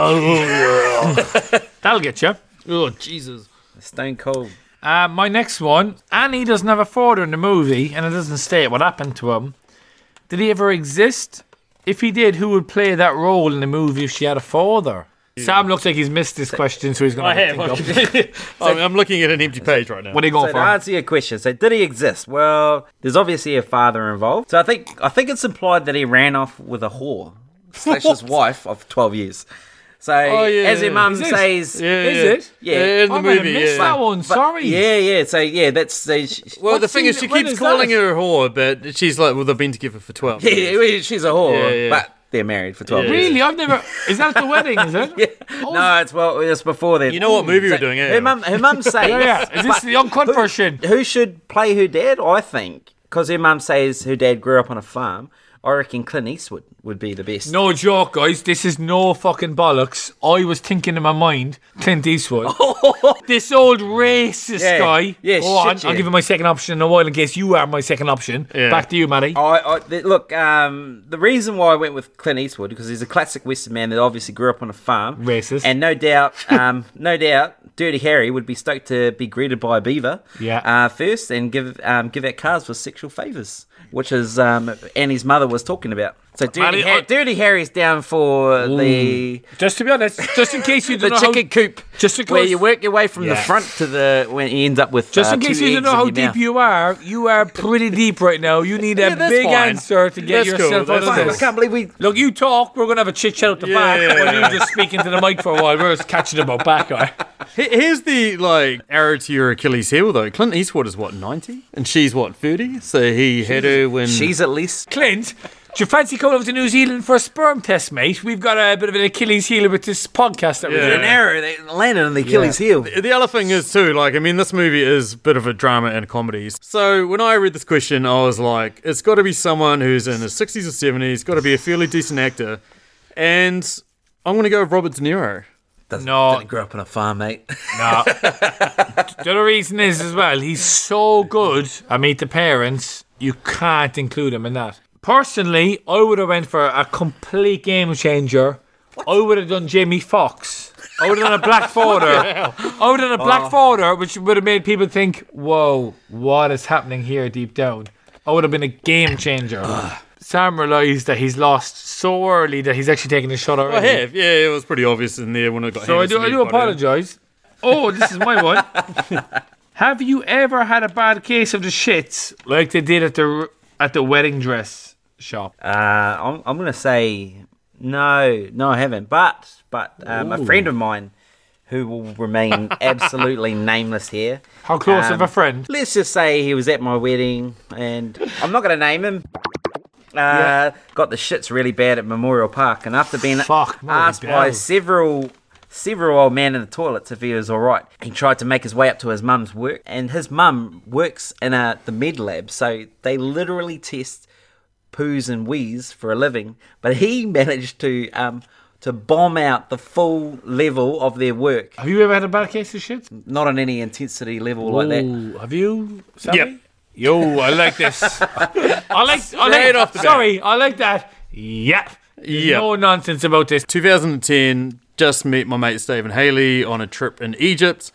That'll get you. Oh, Jesus.
Stone cold.
Uh, my next one. Annie doesn't have a father in the movie, and it doesn't state what happened to him. Did he ever exist? If he did, who would play that role in the movie if she had a father? Sam looks like he's missed this question, so he's going to think up.
I'm, I'm looking at an empty page right now.
What are you going
So to
for?
answer your question, so did he exist? Well, there's obviously a father involved. So I think I think it's implied that he ran off with a whore slash his wife of 12 years. So
Oh, yeah,
as
yeah.
your mum
Is this-
says,
Yeah,
Is
yeah.
it?
Yeah.
in the
I might have
movie.
missed
yeah.
that one.
but-
Sorry.
Yeah, yeah. So yeah, that's so she,
Well,
What
the thing
scene-
is, she
when
keeps
is
calling
that?
her a whore, but she's like, well, they've been together for 12
yeah,
years.
yeah, she's a whore,
Yeah, yeah.
but they're married for 12
Yeah.
years.
Really? I've never. Is that at the wedding? Is it? Oh,
No, it's well, it's before then.
You know what movie we're doing, eh?
Her mum, her mum says,
Yeah, yeah. Is this the uncut version?
who should play her dad? I think because her mum says her dad grew up on a farm. I reckon Clint Eastwood would be the best.
No joke, guys. This is no fucking bollocks. I was thinking in my mind, Clint Eastwood. this old racist
Yeah.
guy.
Yeah, shit,
Hold on, I'll
yeah.
give you my second option in a while in case you are my second option.
Yeah.
Back to you, Matty.
I, I th- look. Um, the reason why I went with Clint Eastwood because he's a classic Western man that obviously grew up on a farm.
Racist.
And no doubt, um, no doubt, Dirty Harry would be stoked to be greeted by a beaver.
Yeah.
Uh, first, and give um, give out cars for sexual favors, which is um, Annie's mother was talking about. So Dirty,
Matty,
Har-
I-
Dirty Harry's down for the
Just to be honest, just in case you
the
don't know
chicken
how,
coop.
Just in
where
case-
you work your way from the
Yeah.
front to the when you end up with
just
uh,
in case
two
you don't
eggs
know
in
how
your
deep
mouth.
you are, you are pretty deep right now. You need a
that's
big
fine.
answer to get
That's cool,
yourself
that's
out
Fuck,
of
cool.
I
this.
can't believe we
Look, you talk. We're gonna have a chit chat at the
Yeah,
back.
yeah,
while
yeah.
you just speaking to the mic for a while. We're just catching about back. All right?
He- Here's the like arrow to your Achilles heel, though. Clint Eastwood is what 90, and she's what 30. So he had her when
she's at least
Clint, do you fancy coming over to New Zealand for a sperm test, mate? We've got a bit of an Achilles heel with this podcast that we're
Yeah.
an
doing.
arrow they landed on the Achilles heel.
The other thing is too, like, I mean, this movie is a bit of a drama and a comedy. So when I read this question, I was like, it's got to be someone who's in his 60s or 70s, got to be a fairly decent actor, and I'm gonna go with Robert De Niro.
Doesn't,
No.
didn't grow up on a farm, mate.
No. the other reason is as well, he's so good. I meet the parents. you can't include him in that. Personally, I would have went for a complete game changer. I would have done Jamie Fox. I would have done a black forwarder. I would have done a black forwarder, which would have made people think, "Whoa, what is happening here deep down?" I would have been a game changer. Sam realised that he's lost so early that he's actually taking a shot
I
already.
have, yeah, it was pretty obvious in there when I got.
So I do, I
Henderson
do
in, but, uh,
apologise. Oh, this is my one. Have you ever had a bad case of the shits like they did at the at the wedding dress shop?
Uh, I'm, I'm gonna say no, no, I haven't. But but um, a friend of mine who will remain absolutely nameless here.
How close of
Um,
a friend?
Let's just say he was at my wedding, and I'm not gonna name him. Uh, Got the shits really bad at Memorial Park, and after being
Fuck, Memorial
asked by
Park.
several several old men in the toilets if he was all right, he tried to make his way up to his mum's work, and his mum works in a, the med lab, so they literally test poos and wheeze for a living. But he managed to um, to bomb out the full level of their work,
Have you ever had a bad case of shits?
not on any intensity level like that.
Ooh, have you? Sammy?
Yep.
Yo, I like this. I like. I like
Straight off the bat.
sorry, I like that. Yep. There's
Yep.
No nonsense about this.
2010, just met my mate Stephen Haley on a trip in Egypt.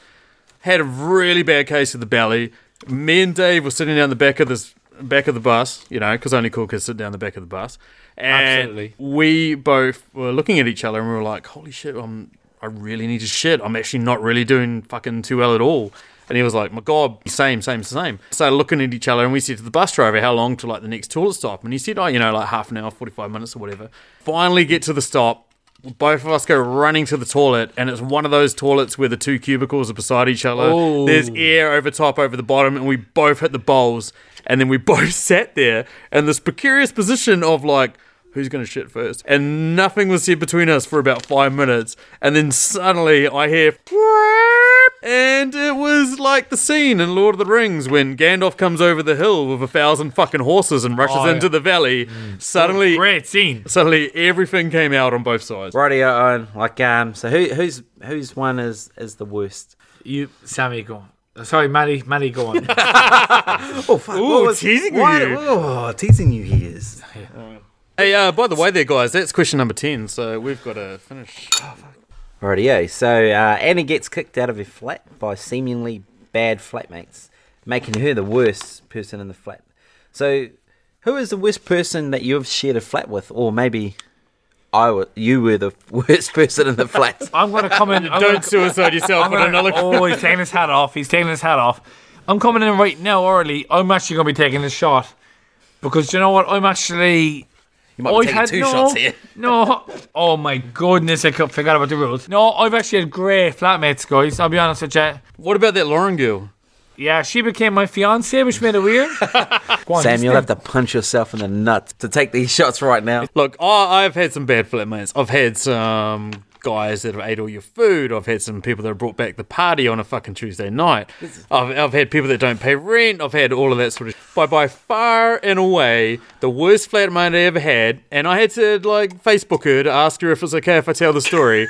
Had a really bad case of the belly. Me and Dave were sitting down the back of this back of the bus, you know, because only cool kids sit down the back of the bus. And
Absolutely.
We both were looking at each other and we were like, "Holy shit! I'm I really need to shit. I'm actually not really doing fucking too well at all." And he was like, "My god, same, same, same." So looking at each other, and we said to the bus driver, "How long to like the next toilet stop?" And he said, "Oh, you know, like half an hour, forty-five minutes, or whatever." Finally, get to the stop both of us go running to the toilet, and it's one of those toilets where the two cubicles are beside each other.
Oh.
There's air over top, over the bottom, and we both hit the bowls. And then we both sat there in this precarious position of like, who's going to shit first? And nothing was said between us for about five minutes. And then suddenly I hear. And it was like the scene in Lord of the Rings when Gandalf comes over the hill with a thousand fucking horses and rushes
Oh, yeah. Mm.
into the valley. Suddenly,
Great scene.
suddenly everything came out on both sides.
Radio Owen, like um, so who who's whose one is is the worst?
You, Sammy, go on. Sorry, Maddie, Maddie, go on.
Oh fuck!
Ooh, was- teasing why- you.
Oh, teasing you here is.
Hey, uh, by the way, there, guys, that's question number 10, so we've got to finish.
Radio. So uh, Annie gets kicked out of her flat by seemingly bad flatmates, making her the worst person in the flat. So, who is the worst person that you've shared a flat with, or maybe I wa- you were the worst person in the flat?
I'm going to come in. I'm gonna-
Don't suicide yourself
I'm
with
gonna-
another.
Oh, he's taking his hat off. He's taking his hat off. I'm coming in right now early. I'm actually going to be taking a shot because you know what? I'm actually. You
might be taking two
no,
shots here.
No. Oh my goodness! I co- forgot about the rules. No, I've actually had great flatmates, guys. I'll be honest with you.
What about that Lauren girl?
Yeah, she became my fiance, which made it weird. Go on,
Sam,
just
you'll have
think.
to punch yourself in the nuts to take these shots right now.
Look, I I've had some bad flatmates. I've had some guys that have ate all your food. I've had some people that have brought back the party on a fucking Tuesday night. I've, I've had people that don't pay rent. I've had all of that sort of. By by far and away, the worst flatmate I ever had, and I had to like Facebook her to ask her if it's okay if I tell the story.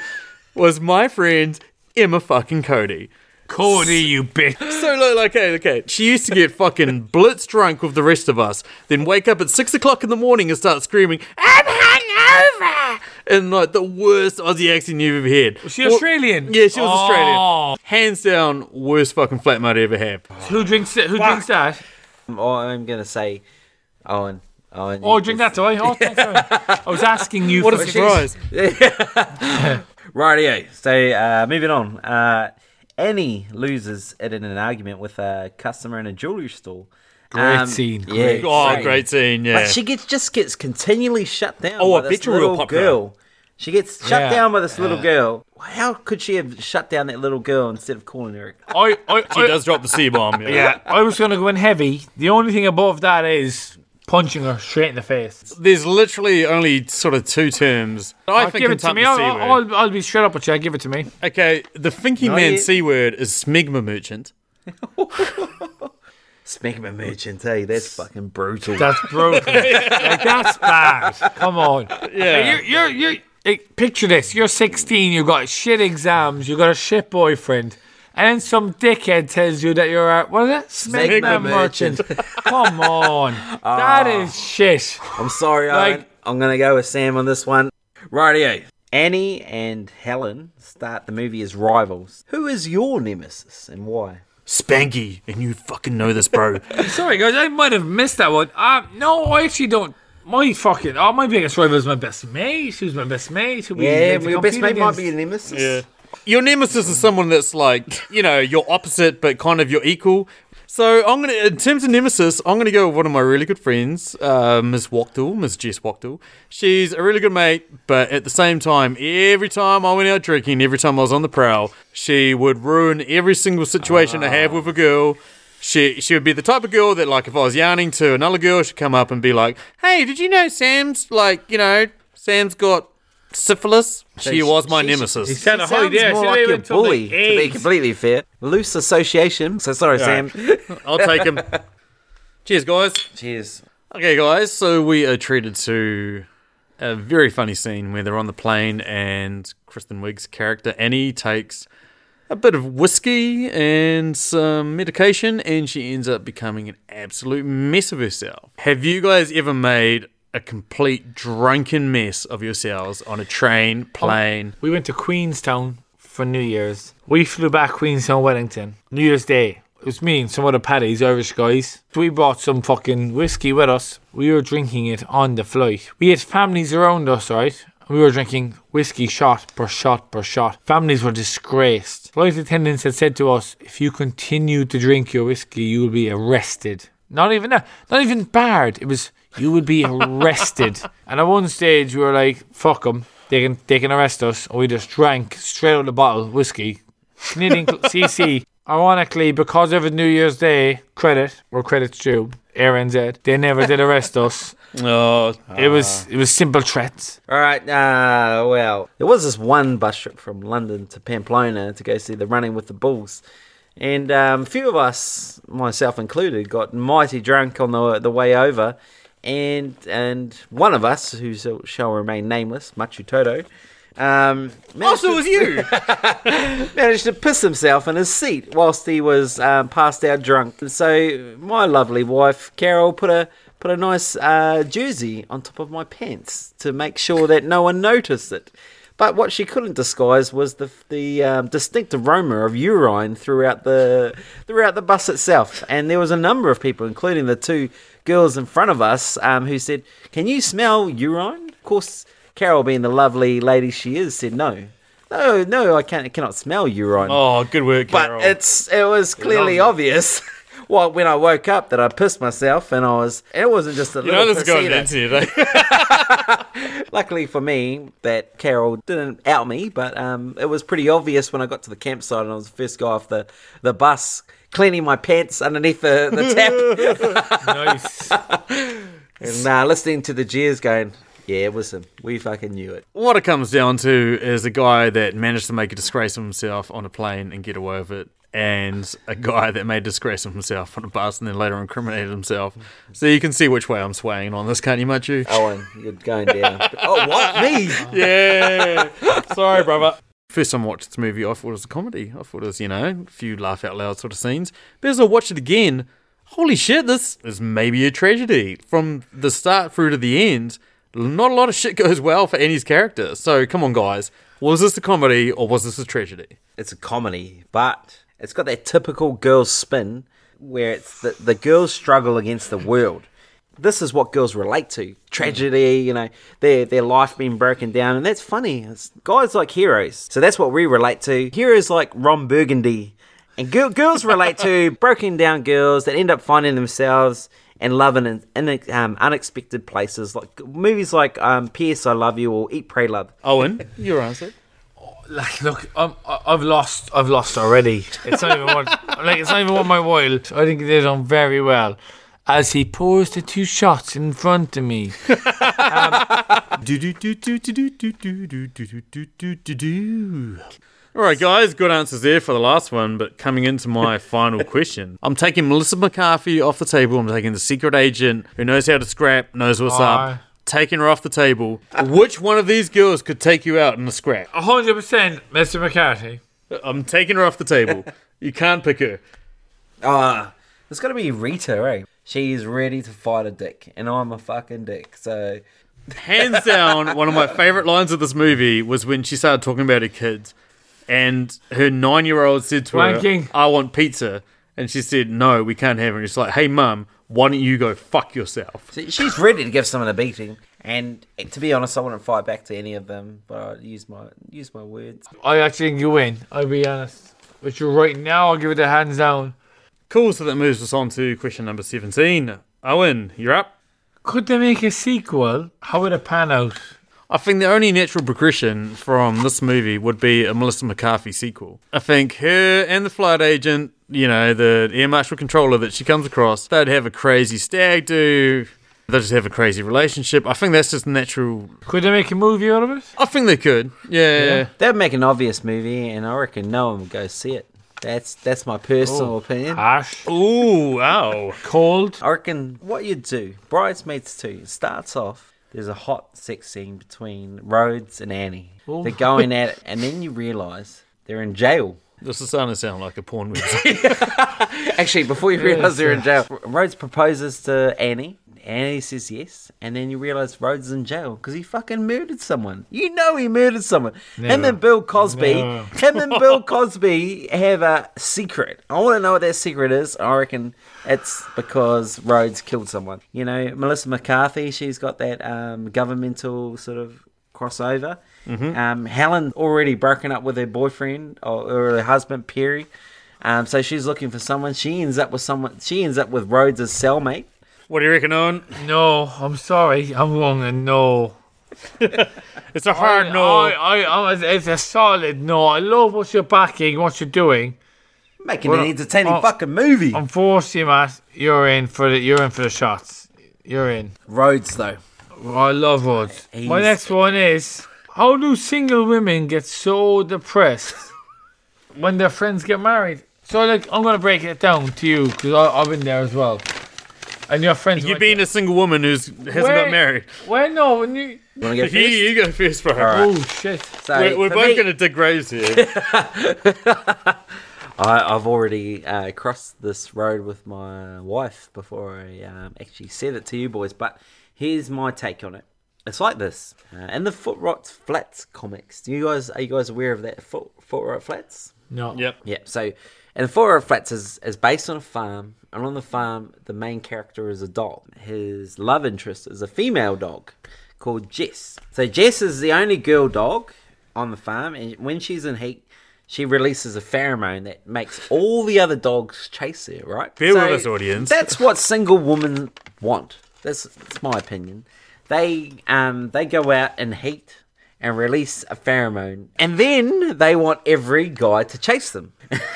was my friend Emma fucking Cody.
Cody, you bitch.
So look, like, okay, okay. She used to get fucking blitz drunk with the rest of us, then wake up at six o'clock in the morning and start screaming, "I'm hungover!" in like the worst Aussie accent you've ever heard. Was
she Australian?
Yeah, she was
Oh.
Australian. Hands down, worst fucking flatmate I ever had.
Oh,
Who drinks it? Who drinks that?
I'm gonna say, Owen. Owen.
Oh,
you-
drink that, do I? Oh, thanks, sorry. I was asking you.
What
for
a surprise!
Rightio. So uh, moving on. Uh, Annie loses it in an argument with a customer in a jewelry store. Um,
Great scene. Great
Oh, great scene. Yeah,
But she gets just gets continually shut down.
Oh,
by
I
this
bet you were
little
real popular.
girl. She gets shut
Yeah.
down by this little girl. How could she have shut down that little girl instead of calling her?
I, I,
she
I,
does drop the c bomb. Yeah.
Yeah, I was going to go in heavy. The only thing above that is punching her straight in the face.
There's literally only sort of two terms. I
I'll
think
give
can
it to
top
me.
the
I'll,
C word.
I'll, I'll, I'll be straight up with you. Give it to me.
Okay, the Finky
No,
Man
you-
C word is smegma merchant.
Speaking of merchant, hey, that's fucking brutal.
That's broken. like, that's bad. Come on.
Yeah.
You're, you're, you're, like, picture this. You're 16. You got shit exams. You got a shit boyfriend. And some dickhead tells you that you're a what is it?
Smegma
Smegma merchant. Come on, that is shit.
I'm sorry,
Like-
Owen. I'm going to go with Sam on this one.
Rightio.
Annie and Helen start the movie as rivals. Who is your nemesis and why?
Spanky, and you fucking know this, bro.
Sorry guys, I might have missed that one. Uh, no, I actually don't. My fucking oh, my biggest rival is my best mate. Who's my best mate? Who we
Yeah,
like to
well, your best
compete
mate might
against.
be your nemesis.
Your nemesis is someone that's like, you know, your opposite, but kind of your equal. So I'm gonna, in terms of nemesis, I'm gonna go with one of my really good friends, uh, Miss Wachtel, Miss Jess Wachtel. She's a really good mate, but at the same time, every time I went out drinking, every time I was on the prowl, she would ruin every single situation I have with a girl. She she would be the type of girl that like if I was yarning to another girl, she'd come up and be like, "Hey, did you know Sam's like, you know, Sam's got." Syphilis. She was my nemesis.
He said a
Sounds
holiday.
more
so
like
they
a
went to, like,
bully, to be
eight.
completely fair. Loose association. So sorry, Sam.
I'll take him. Cheers, guys.
Cheers.
Okay, guys. So we are treated to a very funny scene where they're on the plane and Kristen Wiig's character Annie takes a bit of whiskey and some medication, and she ends up becoming an absolute mess of herself. Have you guys ever made a complete drunken mess of yourselves on a train, plane?
We went to Queenstown for New Year's. We flew back Queenstown, Wellington, New Year's Day. It was me and some other paddies, Irish guys. We brought some fucking whiskey with us. We were drinking it on the flight. We had families around us, right? We were drinking whiskey shot per shot per shot. Families were disgraced. Flight attendants had said to us, if you continue to drink your whiskey, you will be arrested. Not even that, not even barred. It was, you would be arrested. and at one stage, we were like, fuck 'em. They can they can arrest us. Or we just drank straight out of the bottle whiskey. Canadian cl- CC. Ironically, because of a New Year's Day credit, or credit's due, ANZ, they never did arrest us.
Oh,
It was it was simple threats.
All right. Uh, well, there was this one bus trip from London to Pamplona to go see the Running with the Bulls, and um, a few of us, myself included, got mighty drunk on the the way over, and and one of us, who shall- shall remain nameless, Machu Toto, um, managed
also
to-
Oh, it was you.
managed to piss himself in his seat whilst he was um, passed out drunk. So my lovely wife Carol put a put a nice uh, jersey on top of my pants to make sure that no one noticed it. But what she couldn't disguise was the the um, distinct aroma of urine throughout the throughout the bus itself, and there was a number of people, including the two girls in front of us, um, who said, "Can you smell urine?" Of course, Carol, being the lovely lady she is, said no. No, no, I can't. I cannot smell urine.
oh, good work,
but
Carol.
it's it was clearly obvious. well, when I woke up, that I pissed myself, and I was. It wasn't just a
you
little.
know this
piss
guy
either.
into it. eh?
Luckily for me, that Carol didn't out me, but um, it was pretty obvious when I got to the campsite and I was the first guy off the the bus cleaning my pants underneath the, the tap
Nice.
and uh, listening to the jeers going. Yeah, it was him. We fucking knew it.
What it comes down to is a guy that managed to make a disgrace of himself on a plane and get away with it, and a guy that made a disgrace of himself on a bus and then later incriminated himself. So you can see which way I'm swaying on this, can't you, Machu?
Owen, you're going down. oh, what? Me?
Yeah. Sorry, brother. First time I watched this movie, I thought it was a comedy. I thought it was, you know, a few laugh out loud sort of scenes. But as I watched it again, holy shit, this is maybe a tragedy. From the start through to the end, not a lot of shit goes well for Annie's character. So come on, guys. Was this a comedy or was this a tragedy?
it's a comedy, but it's got that typical girl spin where it's the, the girls struggle against the world. This is what girls relate to tragedy, you know, their their life being broken down, and that's funny. It's, guys like heroes, so that's what we relate to. Heroes like Ron Burgundy, and girl, girls relate to broken down girls that end up finding themselves and loving in, in um, unexpected places, like movies like um, "P.S. I Love You" or "Eat, Pray, Love."
Owen, your answer.
like, look, I'm, I- I've lost. I've lost already. It's not even worth. Like, it's not even worth my while. I think he did on very well. As he pours the two shots in front of me,
All right, guys, good answers there for the last one. But coming into my final question, I'm taking Melissa McCarthy off the table. I'm taking the secret agent who knows how to scrap, knows what's
Aye.
up. Taking her off the table. Which one of these girls could take you out in a scrap?
hundred percent, Mr. McCarthy.
I'm taking her off the table. You can't pick her.
Ah, it's gonna be Rita, right? She's ready to fight a dick, and I'm a fucking dick. So
hands down, one of my favorite lines of this movie was when she started talking about her kids, and her nine-year-old said to
Wanking.
her, "I want pizza," and she said, "No, we can't have it." And she's like, "Hey, mum, why don't you go fuck yourself?"
she- she's ready to give someone a beating. And eh, to be honest, I wouldn't fight back to any of them, but I use my use my words.
I actually think you win. I'll be honest. But you're right now. I'll give it a hands down.
Cool. So that moves us on to question number seventeen. Owen, you're up.
Could they make a sequel? How would it pan out?
I think the only natural progression from this movie would be a Melissa McCarthy sequel. I think her and the flight agent, you know, the air marshal controller that she comes across, they'd have a crazy stag do. They'd just have a crazy relationship. I think that's just natural.
Could they make a movie out of it?
I think they could. Yeah.
That'd make an obvious movie, and I reckon no one would go see it. That's that's my personal opinion.
Harsh,
Ooh, wow.
cold.
I reckon what you'd do, Bridesmaids 2, starts off, there's a hot sex scene between Rhodes and Annie.
Oh.
They're going at it, and then you realise they're in jail.
This is starting to sound like a porn movie.
Actually, before you realise they're in jail, Rhodes proposes to Annie. Annie says yes, and then you realise Rhodes is in jail because he fucking murdered someone. You know he murdered someone. Him
Never.
and Bill Cosby.
Never.
Him and Bill Cosby have a secret. I want to know what that secret is. I reckon it's because Rhodes killed someone. You know, Melissa McCarthy. She's got that um, governmental sort of crossover. Um, Helen already broken up with her boyfriend or, or her husband Perry. Um, so she's looking for someone. She ends up with someone. She ends up with Rhodes' cellmate.
what do you reckon, Owen?
No, I'm sorry. I'm wrong and no.
It's a hard no.
I, I, I, it's a solid no. I love what you're backing, what you're doing.
Making
Well,
an entertaining
oh,
fucking movie.
Unfortunately, Matt, you're in for the you're in for the shots. You're in.
Rhodes though.
Well, I love Rhodes. My
He's-
next one is how do single women get so depressed when their friends get married? So like, I'm gonna break it down to you because I've been there as well. And your friends.
You've
might-
been a single woman who's hasn't
Wait.
got married.
Well, no, when you.
You want to go
You,
first?
you go first, bro.
right.
Oh shit.
So
We're, we're
for
both
me-
going to dig graves here.
I, I've already uh, crossed this road with my wife before I um, actually said it to you boys, but here's my take on it. It's like this uh, in the Foot Rot Flats comics. Do you guys are you guys aware of that Foot Foot Rot Flats?
No.
yep.
Yeah. So, and Foot Rot Flats is is based on a farm, and on the farm, the main character is a dog. His love interest is a female dog called Jess. So Jess is the only girl dog on the farm, and when she's in heat. She releases a pheromone that makes all the other dogs chase her, right?
Bear with us, audience.
That's what single women want. That's, that's my opinion. They um they go out in heat and release a pheromone, and then they want every guy to chase them.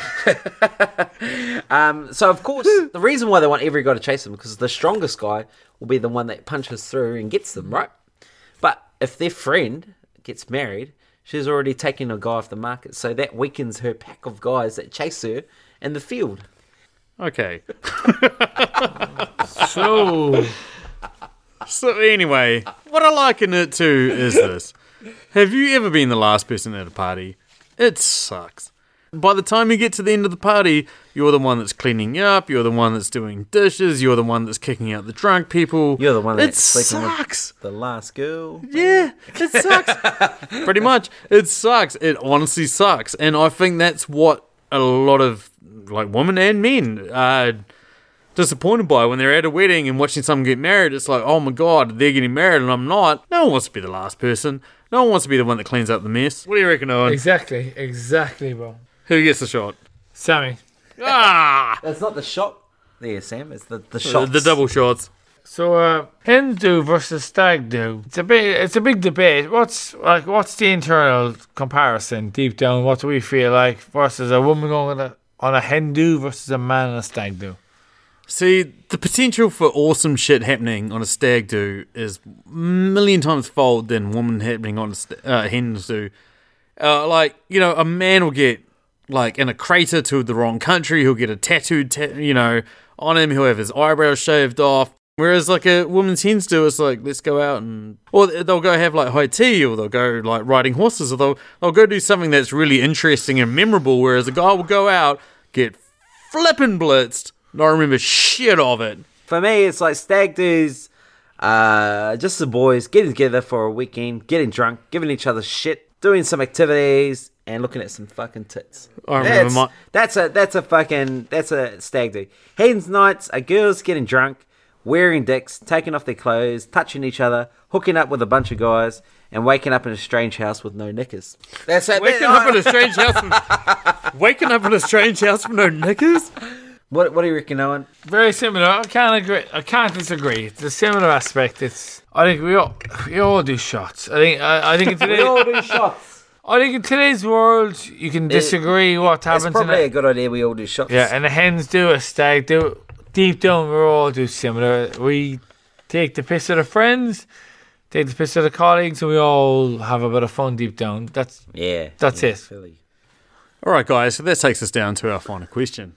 um, so of course, the reason why they want every guy to chase them because the strongest guy will be the one that punches through and gets them, right? But if their friend gets married, she's already taken a guy off the market, so that weakens her pack of guys that chase her in the field.
Okay.
So
So anyway, what I like in it too is this. Have you ever been the last person at a party? It sucks. By the time you get to the end of the party, you're the one that's cleaning up, you're the one that's doing dishes, you're the one that's kicking out the drunk people.
You're the one
it
that's sleeping with-
sucks.
The last girl.
Yeah, it sucks. Pretty much, it sucks. It honestly sucks, and I think that's what a lot of like women and men are disappointed by when they're at a wedding and watching someone get married. It's like, oh my god, they're getting married and I'm not. No one wants to be the last person. No one wants to be the one that cleans up the mess. What do you reckon, Owen?
exactly, exactly, bro.
Who gets the shot?
Sammy.
Ah,
That's not the shot there, Sam. It's the, the
the,
shot.
the double shots.
So uh, hen do versus stag do. It's a big, it's a big debate. What's like, what's the internal comparison deep down? What do we feel like versus a woman going on a, on a hen do versus a man on a stag do?
See, the potential for awesome shit happening on a stag do is million times fold than woman happening on a st- uh, hen do. Uh, like, you know, a man will get, like, in a crater to the wrong country. He'll get a tattooed, ta- you know, on him. He'll have his eyebrows shaved off. Whereas like a woman's hens do is like let's go out and or they'll go have like high tea or they'll go like riding horses or they'll they'll go do something that's really interesting and memorable. Whereas a guy will go out get flippin' blitzed, not remember shit of it.
For me, it's like stag do's, uh, just the boys getting together for a weekend, getting drunk, giving each other shit, doing some activities, and looking at some fucking tits.
I remember
that's,
my-
that's a that's a fucking that's a stag do. Hedon's nights are girls getting drunk, wearing dicks, taking off their clothes, touching each other, hooking up with a bunch of guys, and waking up in a strange house with no knickers. That's it.
Waking up in a strange house, from, waking up in a strange house with no knickers.
what what do you reckon, Owen?
Very similar. I can't agree. I can't disagree. It's a similar aspect. It's. I think we all we all do shots. I think. I, I think in today.
do shots.
I think in today's world, you can disagree what
It's
happens. in
probably
it.
a good idea we all do shots.
Yeah, and the hens do a stag do. Deep down, we all do similar. We take the piss at our friends, take the piss at our colleagues, and we all have a bit of fun deep down. That's
yeah.
That's
yeah,
it.
Philly.
All right, guys, so that takes us down to our final question.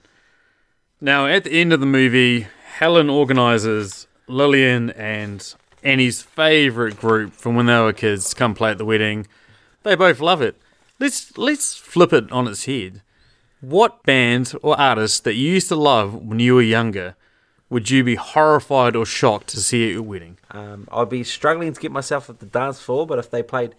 Now, at the end of the movie, Helen organises Lillian and Annie's favourite group from when they were kids to come play at the wedding. They both love it. Let's let's flip it on its head. What band or artist that you used to love when you were younger would you be horrified or shocked to see at your wedding?
Um, I'd be struggling to get myself at the dance floor, but if they played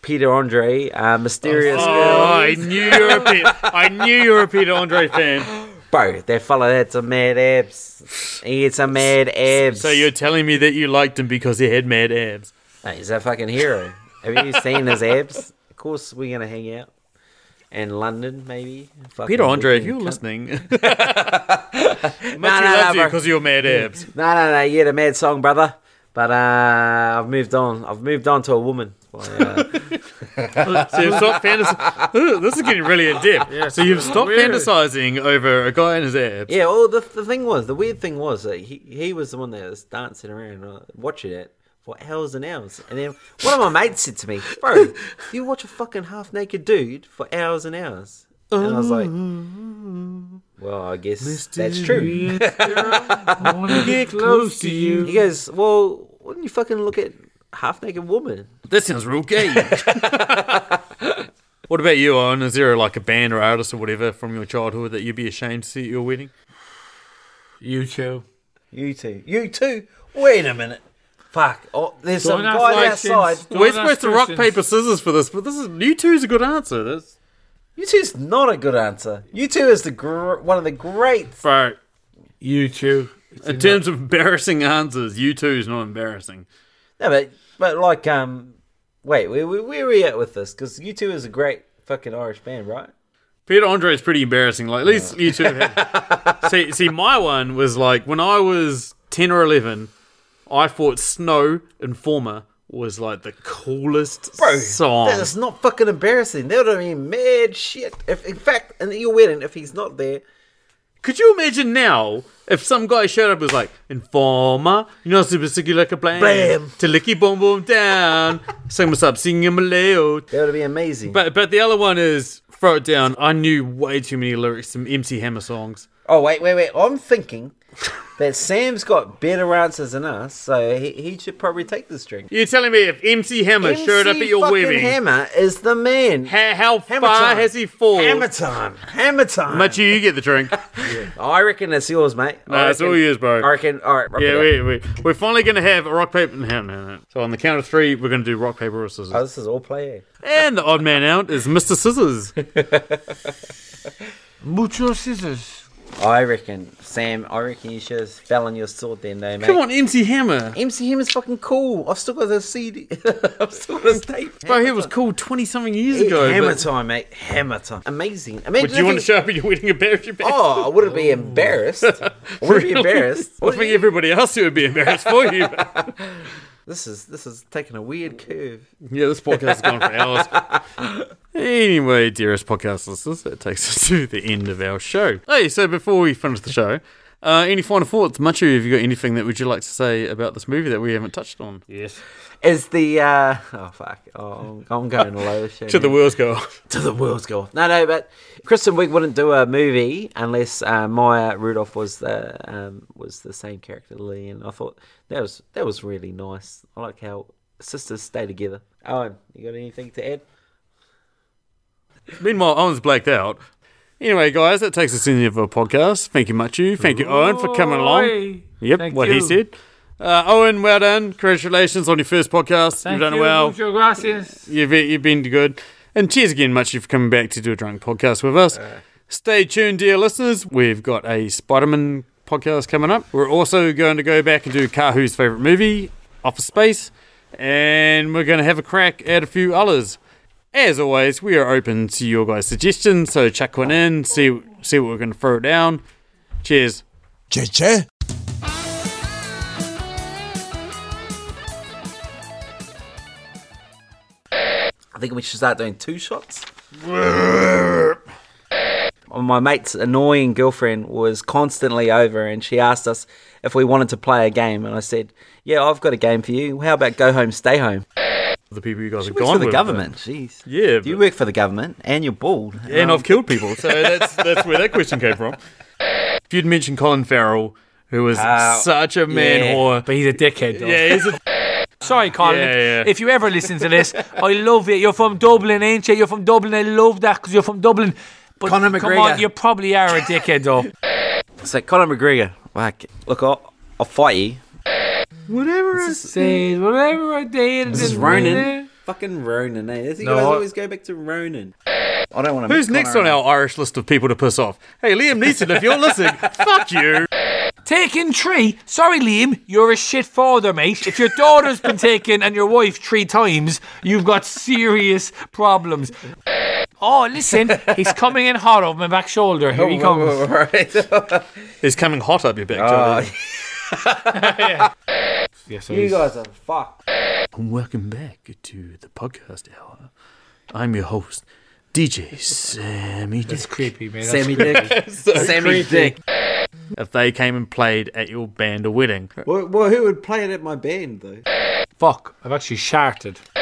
Peter Andre, uh, Mysterious
Oh, I knew you were a Peter, I knew you were a Peter Andre fan.
Girl, bro, that fella had some mad abs. He had some mad abs.
So you're telling me that you liked him because he had mad abs?
Hey, he's a fucking hero. Have you seen his abs? Of course, we're gonna hang out in London, maybe. Fucking
Peter Andre, if you're
weekend cunt.
listening, Mitchie
no, no,
loves you
bro.
because you're mad abs.
no, no, no, you had a mad song, brother. But uh, I've moved on. I've moved on to a woman. Well, uh,
so you've stopped fantasizing. Ooh, This is getting really in depth. so you've stopped
Weird.
fantasizing over a guy and his abs.
Yeah, well, the, the thing was, the weird thing was that he, he was the one that was dancing around uh, watching it for hours and hours. And then one of my mates said to me, Bro, you watch a fucking half naked dude for hours and hours. And I was like, Well, I guess that's true.
I want to get close to you.
He goes, Well, wouldn't you fucking look at half naked woman?
That sounds real gay. what about you, Owen? Is there like a band or artist or whatever from your childhood that you'd be ashamed to see at your wedding?
You too.
You too. You too? Wait a minute. Fuck. Oh, there's some
Don't ask
guy
questions.
outside.
Don't
We're
ask
supposed to rock,
questions.
paper, scissors for this, but this is you two's a good answer. That's
You two's not a good answer. You two is the gr- one of the great
right.
You too. It's
In terms of embarrassing answers, you two's not embarrassing.
No, but but like um, wait, where where, where are we at with this? Because U two is a great fucking Irish band, right?
Peter Andre is pretty embarrassing. Like at least you two have. see, see, my one was like when I was ten or eleven, I thought Snow Informer was like the coolest song.
that is not fucking embarrassing. That would have been mad shit. If in fact, and your wedding, if he's not there,
Could you imagine now if some guy showed up and was like Informer, you know, super sticky like a blam,
Blam.
to licky boom boom down, sing what's up, sing him a layout.
that would have been amazing.
But but the other one is throw it down. I knew way too many lyrics from MC Hammer songs.
oh wait, wait, wait. I'm thinking that Sam's got better answers than us, so he, he should probably take this drink.
You're telling me if MC Hammer showed up
MC
at your
fucking
wedding?
Hammer is the man.
How, how
Hammer
far
time.
has he fallen?
Hammer time. Hammer time.
Much you get the drink.
I reckon that's yours, mate. I
Nah, it's
reckon-
all yours, bro.
I reckon. All right.
yeah, wait, wait. We're finally going to have a rock, paper. No, no, no. So on the count of three, we're going to do rock, paper, or scissors.
Oh, this is all player.
and the odd man out is Mr. Scissors.
Mucho scissors.
I reckon, Sam. I reckon you should have fell on your sword then, though, mate.
Come on, MC Hammer.
MCM is fucking cool. I've still got the CD. I've still got his tape.
Bro, he was cool 20 something years
Yeah,
ago.
hammer
but-
time, mate. Hammer time. Amazing. Imagine
Would you want to
if
show up at your wedding and bear your back?
Oh, I wouldn't be embarrassed. I wouldn't be embarrassed.
I think everybody else who would be embarrassed for you.
This is this is taking a weird curve.
Yeah, this podcast has gone for hours. anyway, dearest podcast listeners, that takes us to the end of our show. Hey, so before we finish the show, Uh, any final thoughts, Machu? Have you got anything that would you like to say about this movie that we haven't touched on?
Yes.
Is the uh, oh fuck, oh, I'm- I'm going low.
To the wheels go off.
to the world's go off. No, no, but Kristen Wiig wouldn't do a movie unless uh, Maya Rudolph was the um, was the same character Lily, and I thought that was that was really nice. I like how sisters stay together. Owen, you got anything to add?
Meanwhile, Owen's blacked out. Anyway, guys, that takes us to the end of our podcast. Thank you, Machu. Thank you, Owen, for coming along.
Oi.
Yep,
Thank
what he
you.
said. Uh, Owen, well done. Congratulations on your first podcast.
Thank
You've done
you.
well.
Muchas gracias.
You've, you've been good. And cheers again, Machu, for coming back to do a drunk podcast with us. Stay tuned, dear listeners. We've got a Spider Man podcast coming up. We're also going to go back and do Kahu's favorite movie, Office Space. And we're going to have a crack at a few others. As always, we are open to your guys' suggestions. So chuck one in, see, see what we're going to throw down. Cheers.
Cheers.
I think we should start doing two shots. My mate's annoying girlfriend was constantly over and she asked us if we wanted to play a game. And I said, Yeah, I've got a game for you. How about go home, stay home?
The people you guys have
Works
gone
for the
with. uh,
government. Jeez.
Yeah,
You
but-
work for the government and you're bald. Um,
and I've killed people. So that's that's where that question came from. If you'd mentioned Colin Farrell, who was such a man
yeah.
whore.
But he's a dickhead, though.
Yeah, he's a,
Sorry, Colin.
Yeah, yeah.
If you ever listen to this, I love it. You're from Dublin, ain't you? You're from Dublin. I love that because you're from Dublin. But
Conor
come
McGregor.
on, you probably are a dickhead, though.
So, Conor McGregor, like, look, I'll, I'll fight you.
Say whatever I did. This
is Ronan. Fucking Ronan, eh? You guys always go back to Ronan. I don't want to.
who's next on our Irish list of people to piss off? Hey, Liam Neeson, if you're listening, fuck you.
Taking three. Sorry, Liam, you're a shit father, mate. If your daughter's been taken and your wife three times, you've got serious problems. Oh, listen, he's coming in hot over my back shoulder.
Oh,
Here he comes.
He's coming hot up your back, Johnny.
Yes,
Oh, You
he's-
guys are fucked.
Welcome back to the podcast hour. I'm your host, DJ Sammy.
That's creepy, man. That's
Sammy Dick. Sammy Dick.
If they came and played at your band or wedding,
Well, well, who would play it at my band, though?
Fuck, I've actually sharted.